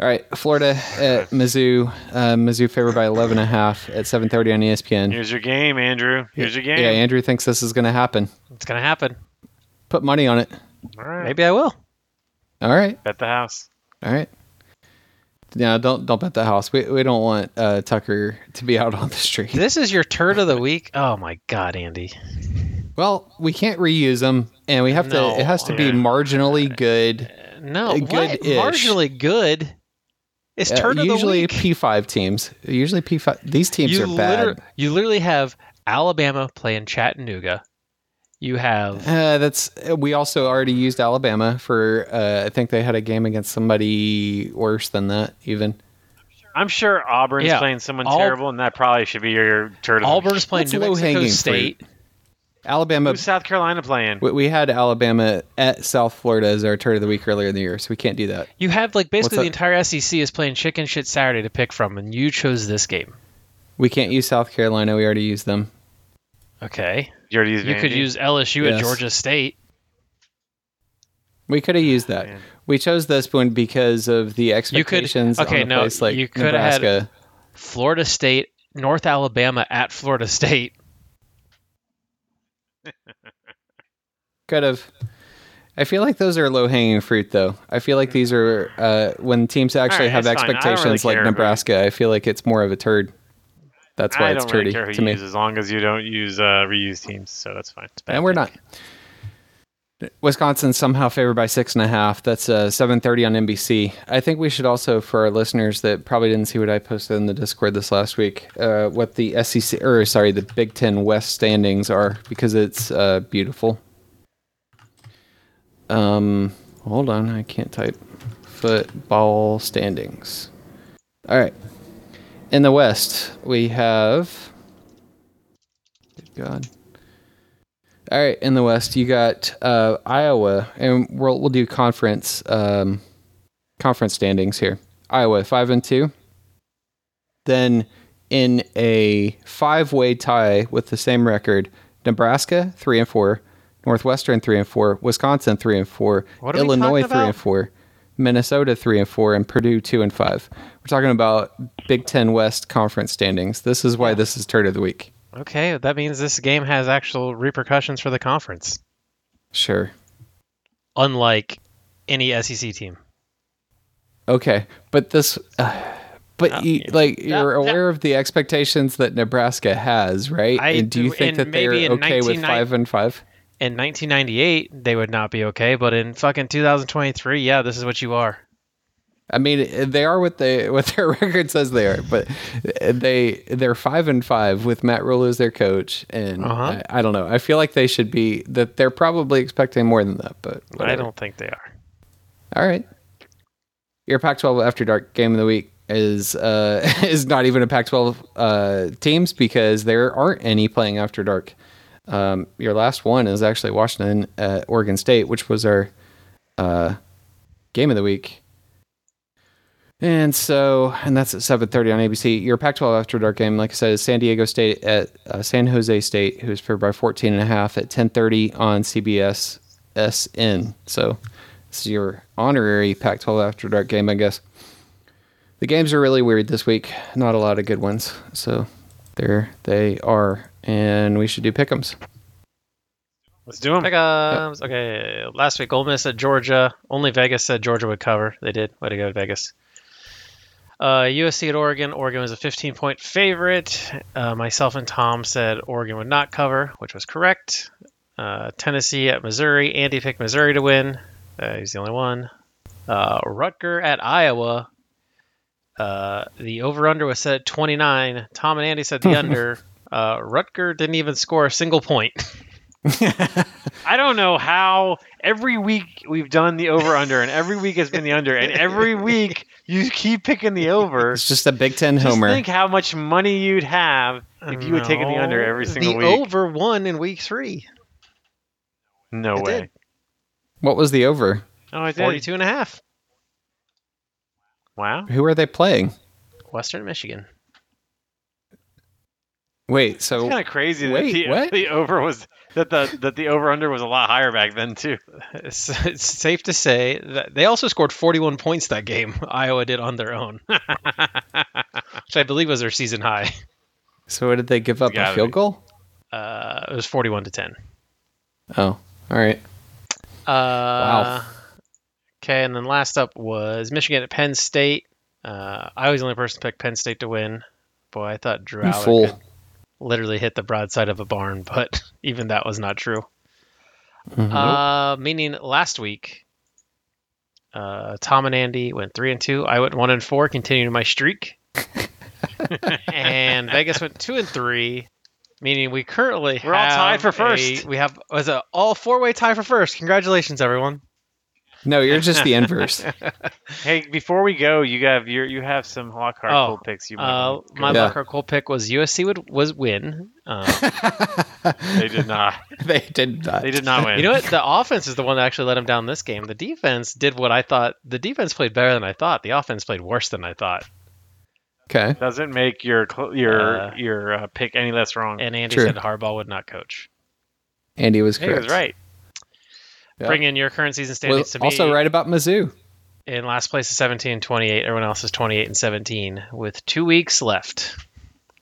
All right, Florida at Mizzou. Uh, Mizzou favored by eleven and a half at seven thirty on E ESPN. Here's your game, Andrew. Here's your game. Yeah, Andrew thinks this is going to happen. It's gonna happen. Put money on it. All right. Maybe I will. All right, Bet the house. all right. Yeah, don't don't bet the house. We we don't want uh, Tucker to be out on the street. This is your turd of the week. Oh my god, Andy. Well, we can't reuse them, and we have No. to. It has to be Yeah. marginally good. Uh, No, Uh, what? good-ish. Marginally good. It's Uh, turd of the usually week. P5 teams. Usually P5. These teams you, are bad. liter- you literally have Alabama playing Chattanooga. You have uh, that's uh, we also already used Alabama for. Uh, I think they had a game against somebody worse than that. Even I'm sure Auburn's Yeah. playing someone Al- terrible, and that probably should be your turtle. Auburn's playing That's New Mexico low-hanging State. Alabama. Who's South Carolina playing? We, we had Alabama at South Florida as our turn of the week earlier in the year, so we can't do that. You have like basically What's the that? entire SEC is playing chicken shit Saturday to pick from, and you chose this game. We can't use South Carolina. We already used them. Okay. You already used You could Vandy? use LSU at Yes. Georgia State. We could have used that. Man. We chose this one because of the could- expectations okay, on a no, place like you could have had- Nebraska. Florida State, North Alabama at Florida State. Could have. I feel like those are low hanging fruit, though. I feel like these are uh, when teams actually Alright, have that's fine. I don't really expectations care, like but- Nebraska. I feel like it's more of a turd. That's why I it's don't really turdy care who to you me. use as long as you don't use uh, reuse teams, so that's fine. and we're not. Wisconsin somehow favored by six and a half. That's uh, seven thirty on NBC. I think we should also, for our listeners that probably didn't see what I posted in the Discord this last week, uh, what the SEC or sorry, the Big Ten West standings are because it's uh, beautiful. Um, hold on, I can't type football standings. All right, in the West we have. Good God. All right, in the West, you got uh, Iowa, and we'll we'll do conference um, conference standings here. Iowa five and two. Then in a five-way tie with the same record, Nebraska three and four, Northwestern three and four, Wisconsin three and four, What are we Illinois talking three and about? four, Minnesota three and four, and Purdue two and five. We're talking about Big Ten West conference standings. This is why this is turd of the week. Okay, that means this game has actual repercussions for the conference, Sure. unlike any SEC team. Okay, but this, uh, but you, like you're Uh, yeah. aware of the expectations that Nebraska has, right? I and do you do, think and that they are maybe in okay with 1990 five and five? In 1998, they would not be okay, but in fucking 2023, yeah, this is what you are. I mean, they are what they <laughs> what their record says they are, but they they're five and five with Matt Rule as their coach, and Uh-huh. I, I don't know. I feel like they should be that they're probably expecting more than that, but I whatever. don't think they are. All right. Your Pac-12 After Dark game of the week is uh, <laughs> is not even a Pac-12 uh, teams because there aren't any playing After Dark. Um, your last one is actually Washington at Oregon State, which was our uh, game of the week. And so, and that's at seven thirty on ABC. Your Pac-12 After Dark game, like I said, is San Diego State at uh, San Jose State, who's favored by 14 and a half at ten thirty on CBS SN. So, this is your honorary Pac-12 After Dark game, I guess. The games are really weird this week. Not a lot of good ones. So, there they are, and we should do <laughs> pickems. Let's do them. Pickums. Okay, last week Ole Miss at Georgia. Only Vegas said Georgia would cover. They did. Way to go, Vegas. Uh, USC at Oregon. Oregon was a 15 point favorite. Uh, myself and Tom said Oregon would not cover, which was correct. Uh, Tennessee at Missouri. Andy picked Missouri to win. Uh, he's the only one. Uh, Rutger at Iowa. Uh, the over under was set at 29. Tom and Andy said the under. Uh, Rutger didn't even score a single point. I don't know how every week we've done the over under, and every week has been the under, <laughs> and every week you keep picking the over. It's just a Big Ten Just homer. think how much money you'd have if you had taken the under every single the week. over won in week three. no It way. did. what was the over? Oh, I did. 42 and a half. Wow. Who are they playing? Western Michigan. Wait, It's so kind of crazy Wait, that the, what? <laughs> the over was that the that the over under was a lot higher back then too. It's, it's safe to say that they also scored 41 points that game. <laughs> Iowa did on their own, <laughs> which I believe was their season high. so what did they give up Gotta a field be. goal? Uh, it was 41 to 10. Oh, all right. Uh, wow. Okay, and then last up was Michigan at Penn State. Uh, I was the only person to pick Penn State to win. Boy, I thought Drew You Aller fool. could literally hit the broadside of a barn, <laughs> but even that was not true. Mm-hmm. Uh, meaning last week, uh, Tom and Andy went three and two. I went one and four, continuing my <laughs> streak. and Vegas went two and three, meaning we currently We're all have tied for a- first. we have was a all four way tie for first. Congratulations, everyone. No, you're just the inverse. <laughs> Hey, before we go, you have your you have some hot card Oh, cold picks. You might Uh, want to my Yeah. luck or cold pick was USC would was win. Um, go. they did not they did not. they did not <laughs> win. you know what? The offense is the one that actually let him down this game. The defense did what I thought. The defense played better than I thought. The offense played worse than I thought. Okay. Doesn't make your cl- your Uh, your uh, pick any less wrong. And Andy True. said Harbaugh would not coach. Andy was Hey, he correct. was right. Yeah. Bring in your current season Was standings to also me. right about Mizzou. In last place is 17 and 28. Everyone else is 28 and 17 with two weeks left.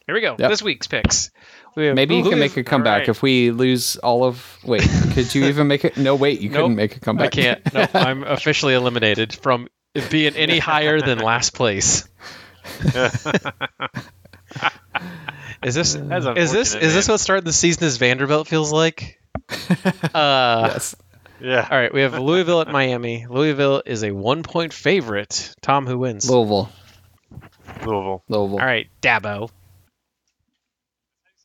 Here we go. Yep. This week's picks. We have Maybe you can make a Louis- comeback right. if we lose all of. Wait, could you even make it? No, wait, you Nope, couldn't make a I comeback. can't. No, I'm officially eliminated from being any higher than last <laughs> place. is this is this That's unfortunate, is this man. what starting the season as Vanderbilt <laughs> feels like? Uh, <laughs> yes. Yeah. All right, we have Louisville at Miami. Louisville is a one-point favorite. Tom, who wins? Louisville. Louisville. Louisville. All right, Dabo.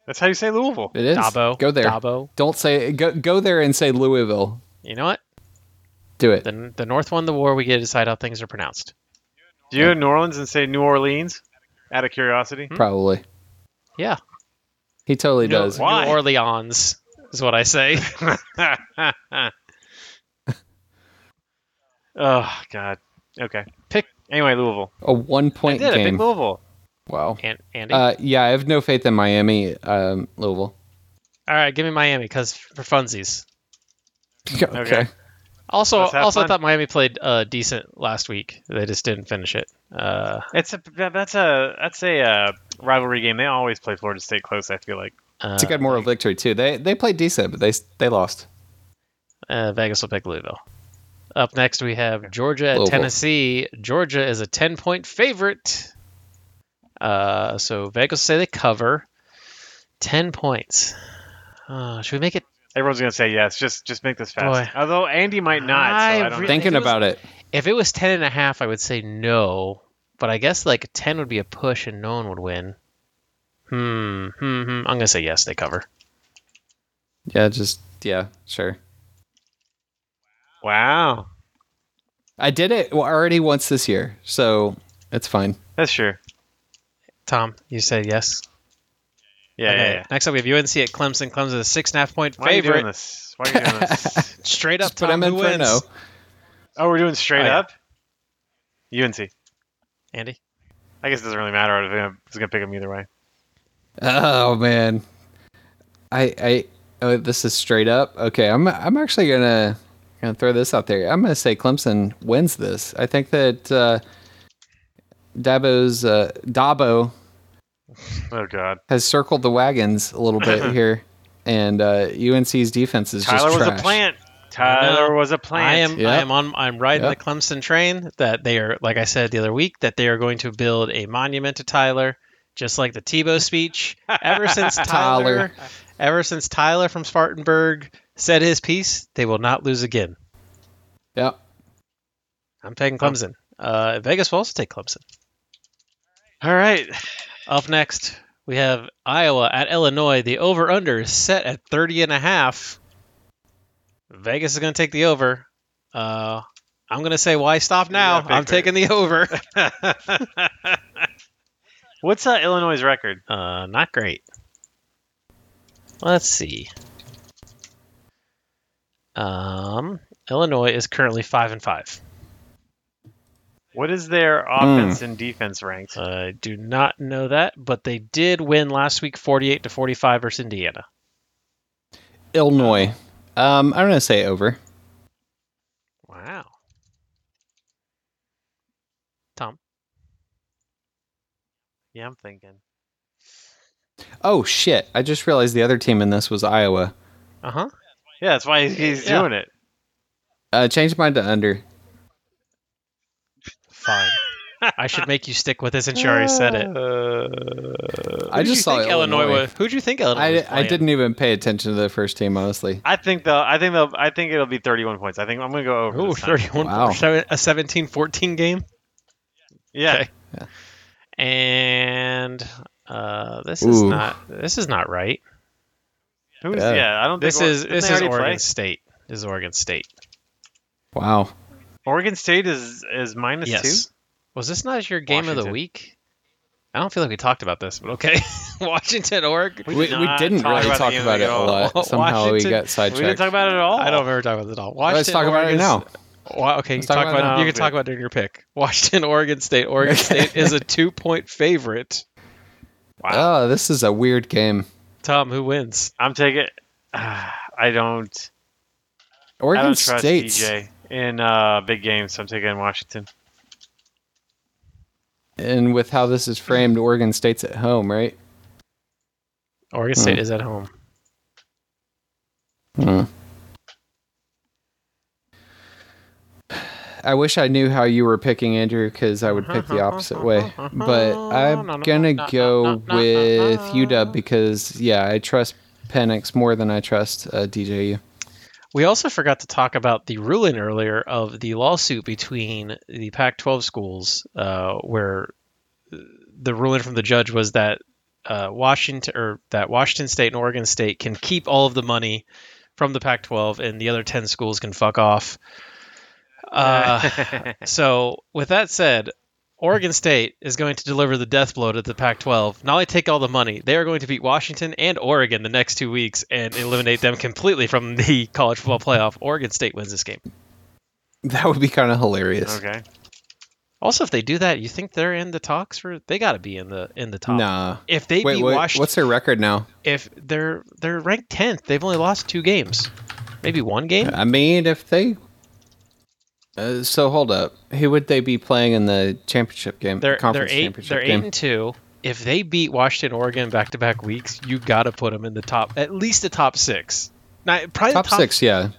That's how you say Louisville. It is. Dabo. Go there. Dabo. Don't say go. Go there and say Louisville. You know what? Do it. The, the North won the war. We get to decide how things are pronounced. Do you go to New Orleans and say New Orleans? Out of curiosity. Probably. Yeah. He totally New, does. why? New Orleans is what I <laughs> say. <laughs> oh God. Okay. Pick- anyway Louisville. A one I point did. I picked game. Louisville. Wow. and, Andy. Uh, yeah, I have no faith in Miami. Um, Louisville. <laughs> All right, give me Miami because for funsies. Okay. Also, Let's have also I fun. thought Miami played uh, decent last week. They just didn't finish it. Uh, It's a that's a that's a uh, rivalry game. They always play Florida State close. I feel like. It's a good moral victory too. They they played decent, but they they lost. Uh, Vegas will pick Louisville. Up next, we have Georgia at Louisville. Tennessee. Georgia is a 10 point favorite. Uh, so Vegas say they cover 10 points. Uh, should we make it? Everyone's gonna say yes. Just just make this fast. Boy. Although Andy might not. so I I don't re- know. Thinking it was- about it. If it was 10 and a half, I would say no. But I guess like 10 would be a push and no one would win. Hmm. hmm, hmm. I'm going to say yes, they cover. Yeah, just yeah, sure. Wow. I did it already once this year, so it's fine. That's sure. Tom, you said yes? Yeah, Okay. yeah, yeah. Next up, we have UNC at Clemson. Clemson is a six and a half point Why are you doing favorite. this? Why are you <laughs> doing this? Straight up, Just put him Tom, in who for a wins? no. oh, we're doing straight Oh, yeah. up. UNC. Andy? I guess it doesn't really matter. I was gonna- I was gonna pick them either way. Oh man, I I oh, this is straight up. Okay, I'm I'm actually gonna gonna throw this out there. I'm gonna say Clemson wins this. I think that uh, Dabo's uh, Dabo Oh God. has circled the wagons a little <laughs> bit here, and uh, UNC's defense is Tyler just was trash. a plant. Tyler was a plant. I am I Yep. am on I'm riding Yep. the Clemson train that they are like I said the other week that they are going to build a monument to Tyler just like the Tebow speech ever <laughs> since Tyler, Tyler. ever since Tyler from Spartanburg said his piece they will not lose again. Yep. I'm taking Clemson. Uh, Vegas will also take Clemson. All right. Up next we have Iowa at Illinois. The over under is set at 30 and a half. Vegas is going to take the over. Uh, I'm going to say why stop now? pick I'm taking the over. What's uh, Illinois' record? Uh, not great. Let's see. Um, Illinois is currently five and five. What is their Hmm. offense and defense ranked? I do not know that, but they did win last week, forty-eight to forty-five versus Indiana. Illinois. Um, I'm gonna say over. Wow. Tom, Yeah, I'm thinking. Oh shit! I just realized the other team in this was Iowa. uh huh. Yeah, that's why he's Yeah. doing it. Uh, changed mine to under. Fine. I should make you stick with this, and she already said it. Uh, I just saw Illinois. was. Who'd you think Illinois? was I, I playing? didn't even pay attention to the first team, honestly. I think they'll. I think they'll. I think it'll be 31 points. I think I'm gonna go over. Ooh, this time. 31 Wow. a 17-14 game. Yeah. Okay. and uh, this is Ooh. not this is not right. Who's, yeah. Yeah. I don't. This think, is didn't this they is already Oregon play? State. This is Oregon State. Wow. Oregon State is is minus yes. two. Was this not your game of the Washington. week? I don't feel like we talked about this, but okay. <laughs> Washington, Oregon. We, did we not didn't talk really about talk the about NBA it at a all. <laughs> lot. Somehow we Washington- got We didn't sidetracked. talk about it at all. I don't remember talking about this at all. Washington, Let's talk about it Oregon's- now. Wow, okay, you Let's talk can talk about about it. you can talk about it during your pick. <laughs> Washington, Oregon <laughs> State. Oregon State is a two point favorite. Oh, this is a weird game. Tom, who wins? I'm taking. <sighs> I don't. I Oregon don't trust State. DJ in uh, big games. So I'm taking Washington. And with how this is framed, Oregon State's at home, right? Oregon Hmm. State is at home. I wish I knew how you were picking Andrew because I would pick <laughs> the opposite way. But I'm gonna go with UW because yeah, I trust Penix more than I trust uh, DJU. We also forgot to talk about the ruling earlier of the lawsuit between the Pac-12 schools, uh, where the ruling from the judge was that uh, Washington or that Washington State and Oregon State can keep all of the money from the Pac-12, and the other ten schools can fuck off. Uh, So, with that said, Oregon State is going to deliver the death blow to the Pac 12. Not only take all the money, they are going to beat Washington and Oregon the next two weeks and eliminate them completely from <laughs> the college football playoff. Oregon State wins this game. <laughs> That would be kind of hilarious. okay. Also, if they do that, you think they're in the talks for? They got to be in the in the top. Nah. If they Wait, beat what, Washington, what's their record now? if they're they're ranked tenth, they've only lost two games, maybe one game. I mean, if they. Uh, so hold up. Who would they be playing in the championship game? They're conference they're eight championship they're eight game. and two. If they beat Washington, Oregon back to back weeks, you got to put them in the top, at least the top six. Not probably top, the top six, yeah.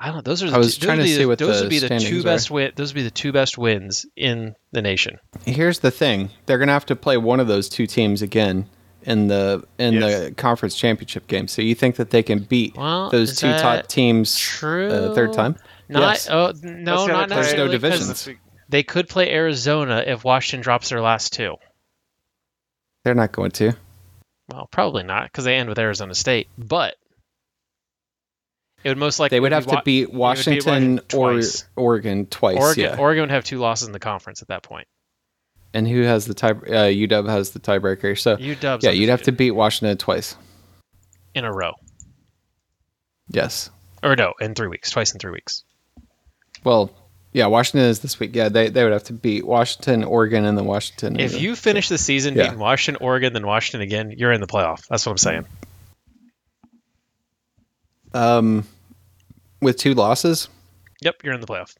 I don't know. Those are. I The was two, trying those to would be see the, what those the would be the two standings best win. Those would be the two best wins in the nation. Here's the thing: they're gonna have to play one of those two teams again in the in the conference championship game. So you think that they can beat Well, those is two top that teams Uh, third true? time? Not. Yes. Oh no, Let's see how not There's they play no necessarily. 'cause divisions. this week. They could play Arizona if Washington drops their last two. They're not going to. Well, probably not because they end with Arizona State. But it would most likely They would be have to Wa- beat Washington, Washington twice. or Oregon twice. Oregon. yeah. Oregon would have two losses in the conference at that point. and who has the tie? Uh, UW has the tiebreaker. So You dubs. Uh, yeah, you'd have to undefeated beat Washington twice. in a row, Yes. or no, in three weeks, twice in three weeks. Well, yeah, Washington is this week. Yeah, they they would have to beat Washington, Oregon, and then Washington. If and- you finish the season Yeah. beating Washington, Oregon, then Washington again, you're in the playoff. That's what I'm saying. um, with two losses, Yep, you're in the playoff.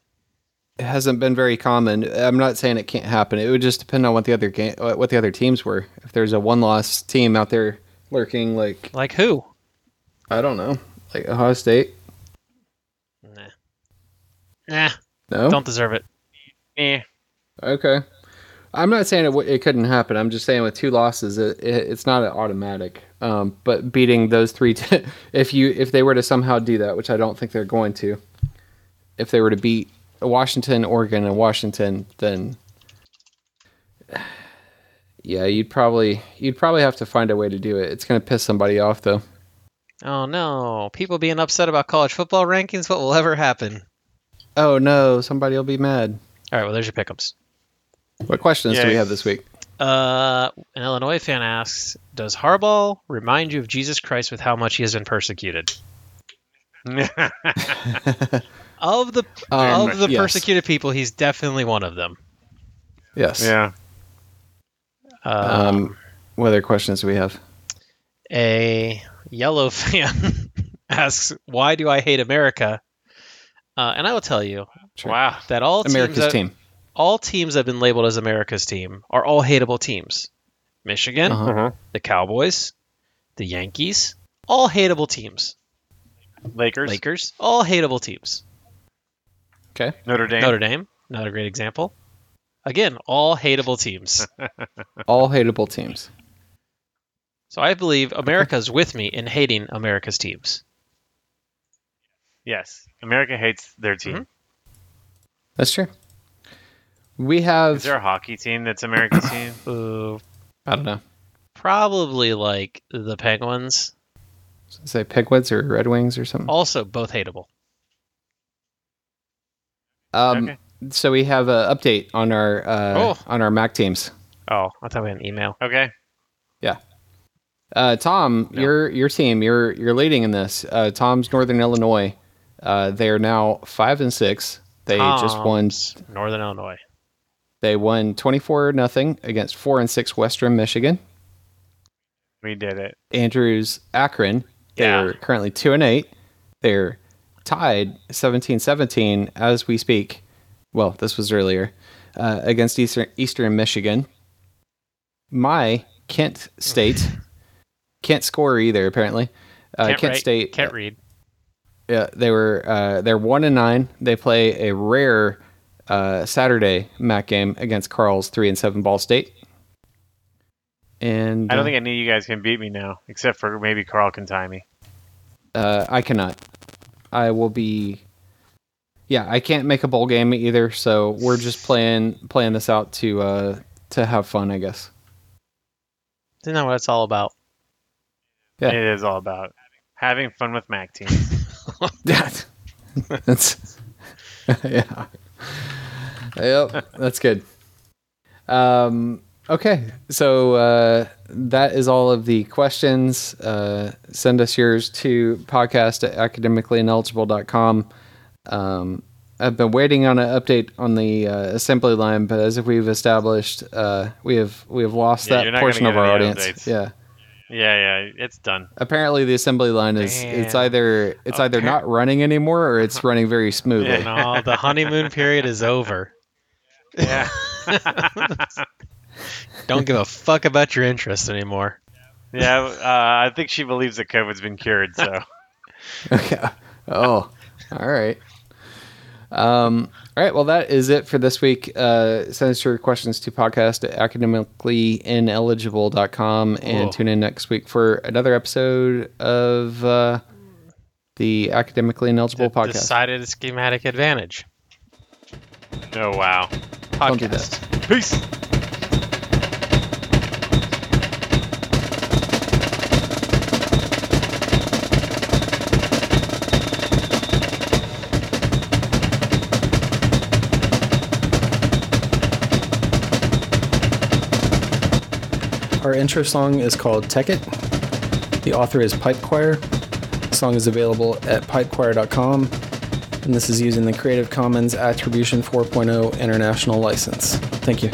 it hasn't been very common. I'm not saying it can't happen. It would just depend on what the other game, uh, what the other teams were. If there's a one loss team out there lurking, like Like who? I don't know, like Ohio State. Nah. Nah, No. don't deserve it. Meh. Okay. I'm not saying it, w- it couldn't happen. I'm just saying with two losses, it, it, it's not an automatic. Um, but beating those three, t- <laughs> if you if they were to somehow do that, which I don't think they're going to, if they were to beat Washington, Oregon, and Washington, then <sighs> yeah, you'd probably you'd probably have to find a way to do it. It's going to piss somebody off though. Oh no, people being upset about college football rankings. What will ever happen? Oh no, somebody will be mad. All right, well there's your pickups. What questions do we Yay. have this week? Uh, an Illinois fan asks, "Does Harbaugh remind you of Jesus Christ with how much he has been persecuted?" Of the Um, of the yes. persecuted people, he's definitely one of them. Yes. <laughs> yeah. Uh, Um, what other questions do we have? a yellow <laughs> fan asks, "Why do I hate America?" Uh, and I will tell you Sure. Wow. that all teams America's that- team. all teams that have been labeled as America's team are all hateable teams. Michigan, Uh-huh. Uh-huh. the Cowboys, the Yankees, all hateable teams. Lakers. Lakers, all hateable teams. Okay. Notre Dame. Notre Dame, not a great example. Again, all <laughs> hateable teams. All hateable teams. so I believe America's with me in hating America's teams. Yes. America hates their team. That's true. We have Is there a hockey team that's <coughs> America's team? Uh, I don't know. probably like the Penguins. Say Pigwoods or Red Wings or Oh, something. Also, both hateable. Um, okay. So we have an update on our uh, Oh. on our Mac teams. Oh, I thought we had an email. Okay. Uh, Tom, No. your your team, you're you're leading in this. Uh, Tom's Uh, Northern Illinois. Uh, they are now five and six. They just won. Toms, Um, Northern Illinois. They won twenty four nothing against four and six Western Michigan. We did it. Andrews Akron. They're Yeah. currently two and eight. They're tied 17-17 as we speak. Well, this was earlier uh, against Eastern, Eastern Michigan. My Kent State <laughs> can't score either. Apparently, uh, Can't Kent write, State Can't read. yeah, they were uh, they're one and nine. They play a rare uh, Saturday MAC game against Carl's three and seven Ball State. And I don't uh, think any of you guys can beat me now, except for maybe Carl can tie me. Uh, I cannot. I will be. Yeah, I can't make a bowl game either, so we're just playing playing this out to uh, to have fun, I guess. Isn't that what it's all about? <laughs> Yeah. It is all about having fun with Mac teams. <laughs> That's <laughs> yeah. Yep, that's good. Um, okay, so uh, that is all of the questions. Uh, send us yours to podcast at academicallyineligible.com. Um, I've been waiting on an update on the uh, assembly line, but as we've established, uh, we have we have lost Yeah, you're that not portion gonna of get our any audience. updates. Yeah yeah, yeah, it's done. apparently the assembly line is it's Damn. either it's either Appar- not running anymore or <laughs> it's running very smoothly. Yeah. No, Oh, the honeymoon period is over. Yeah, Don't give a fuck about your interests anymore. yeah. Uh, I think she believes that COVID's been cured. So <laughs> Yeah. Oh, all right. Um, all right. Well, that is it for this week. Uh, send us your questions to podcast at academicallyineligible.com and Cool. tune in next week for another episode of uh, the Academically Ineligible The podcast. Decided schematic advantage. oh wow. Podcast. do that. Peace. Our intro song is called Tech It. The author is Pipe Choir. The song is available at pipechoir.com. And this is using the Creative Commons Attribution 4.0 International oh License. Thank you.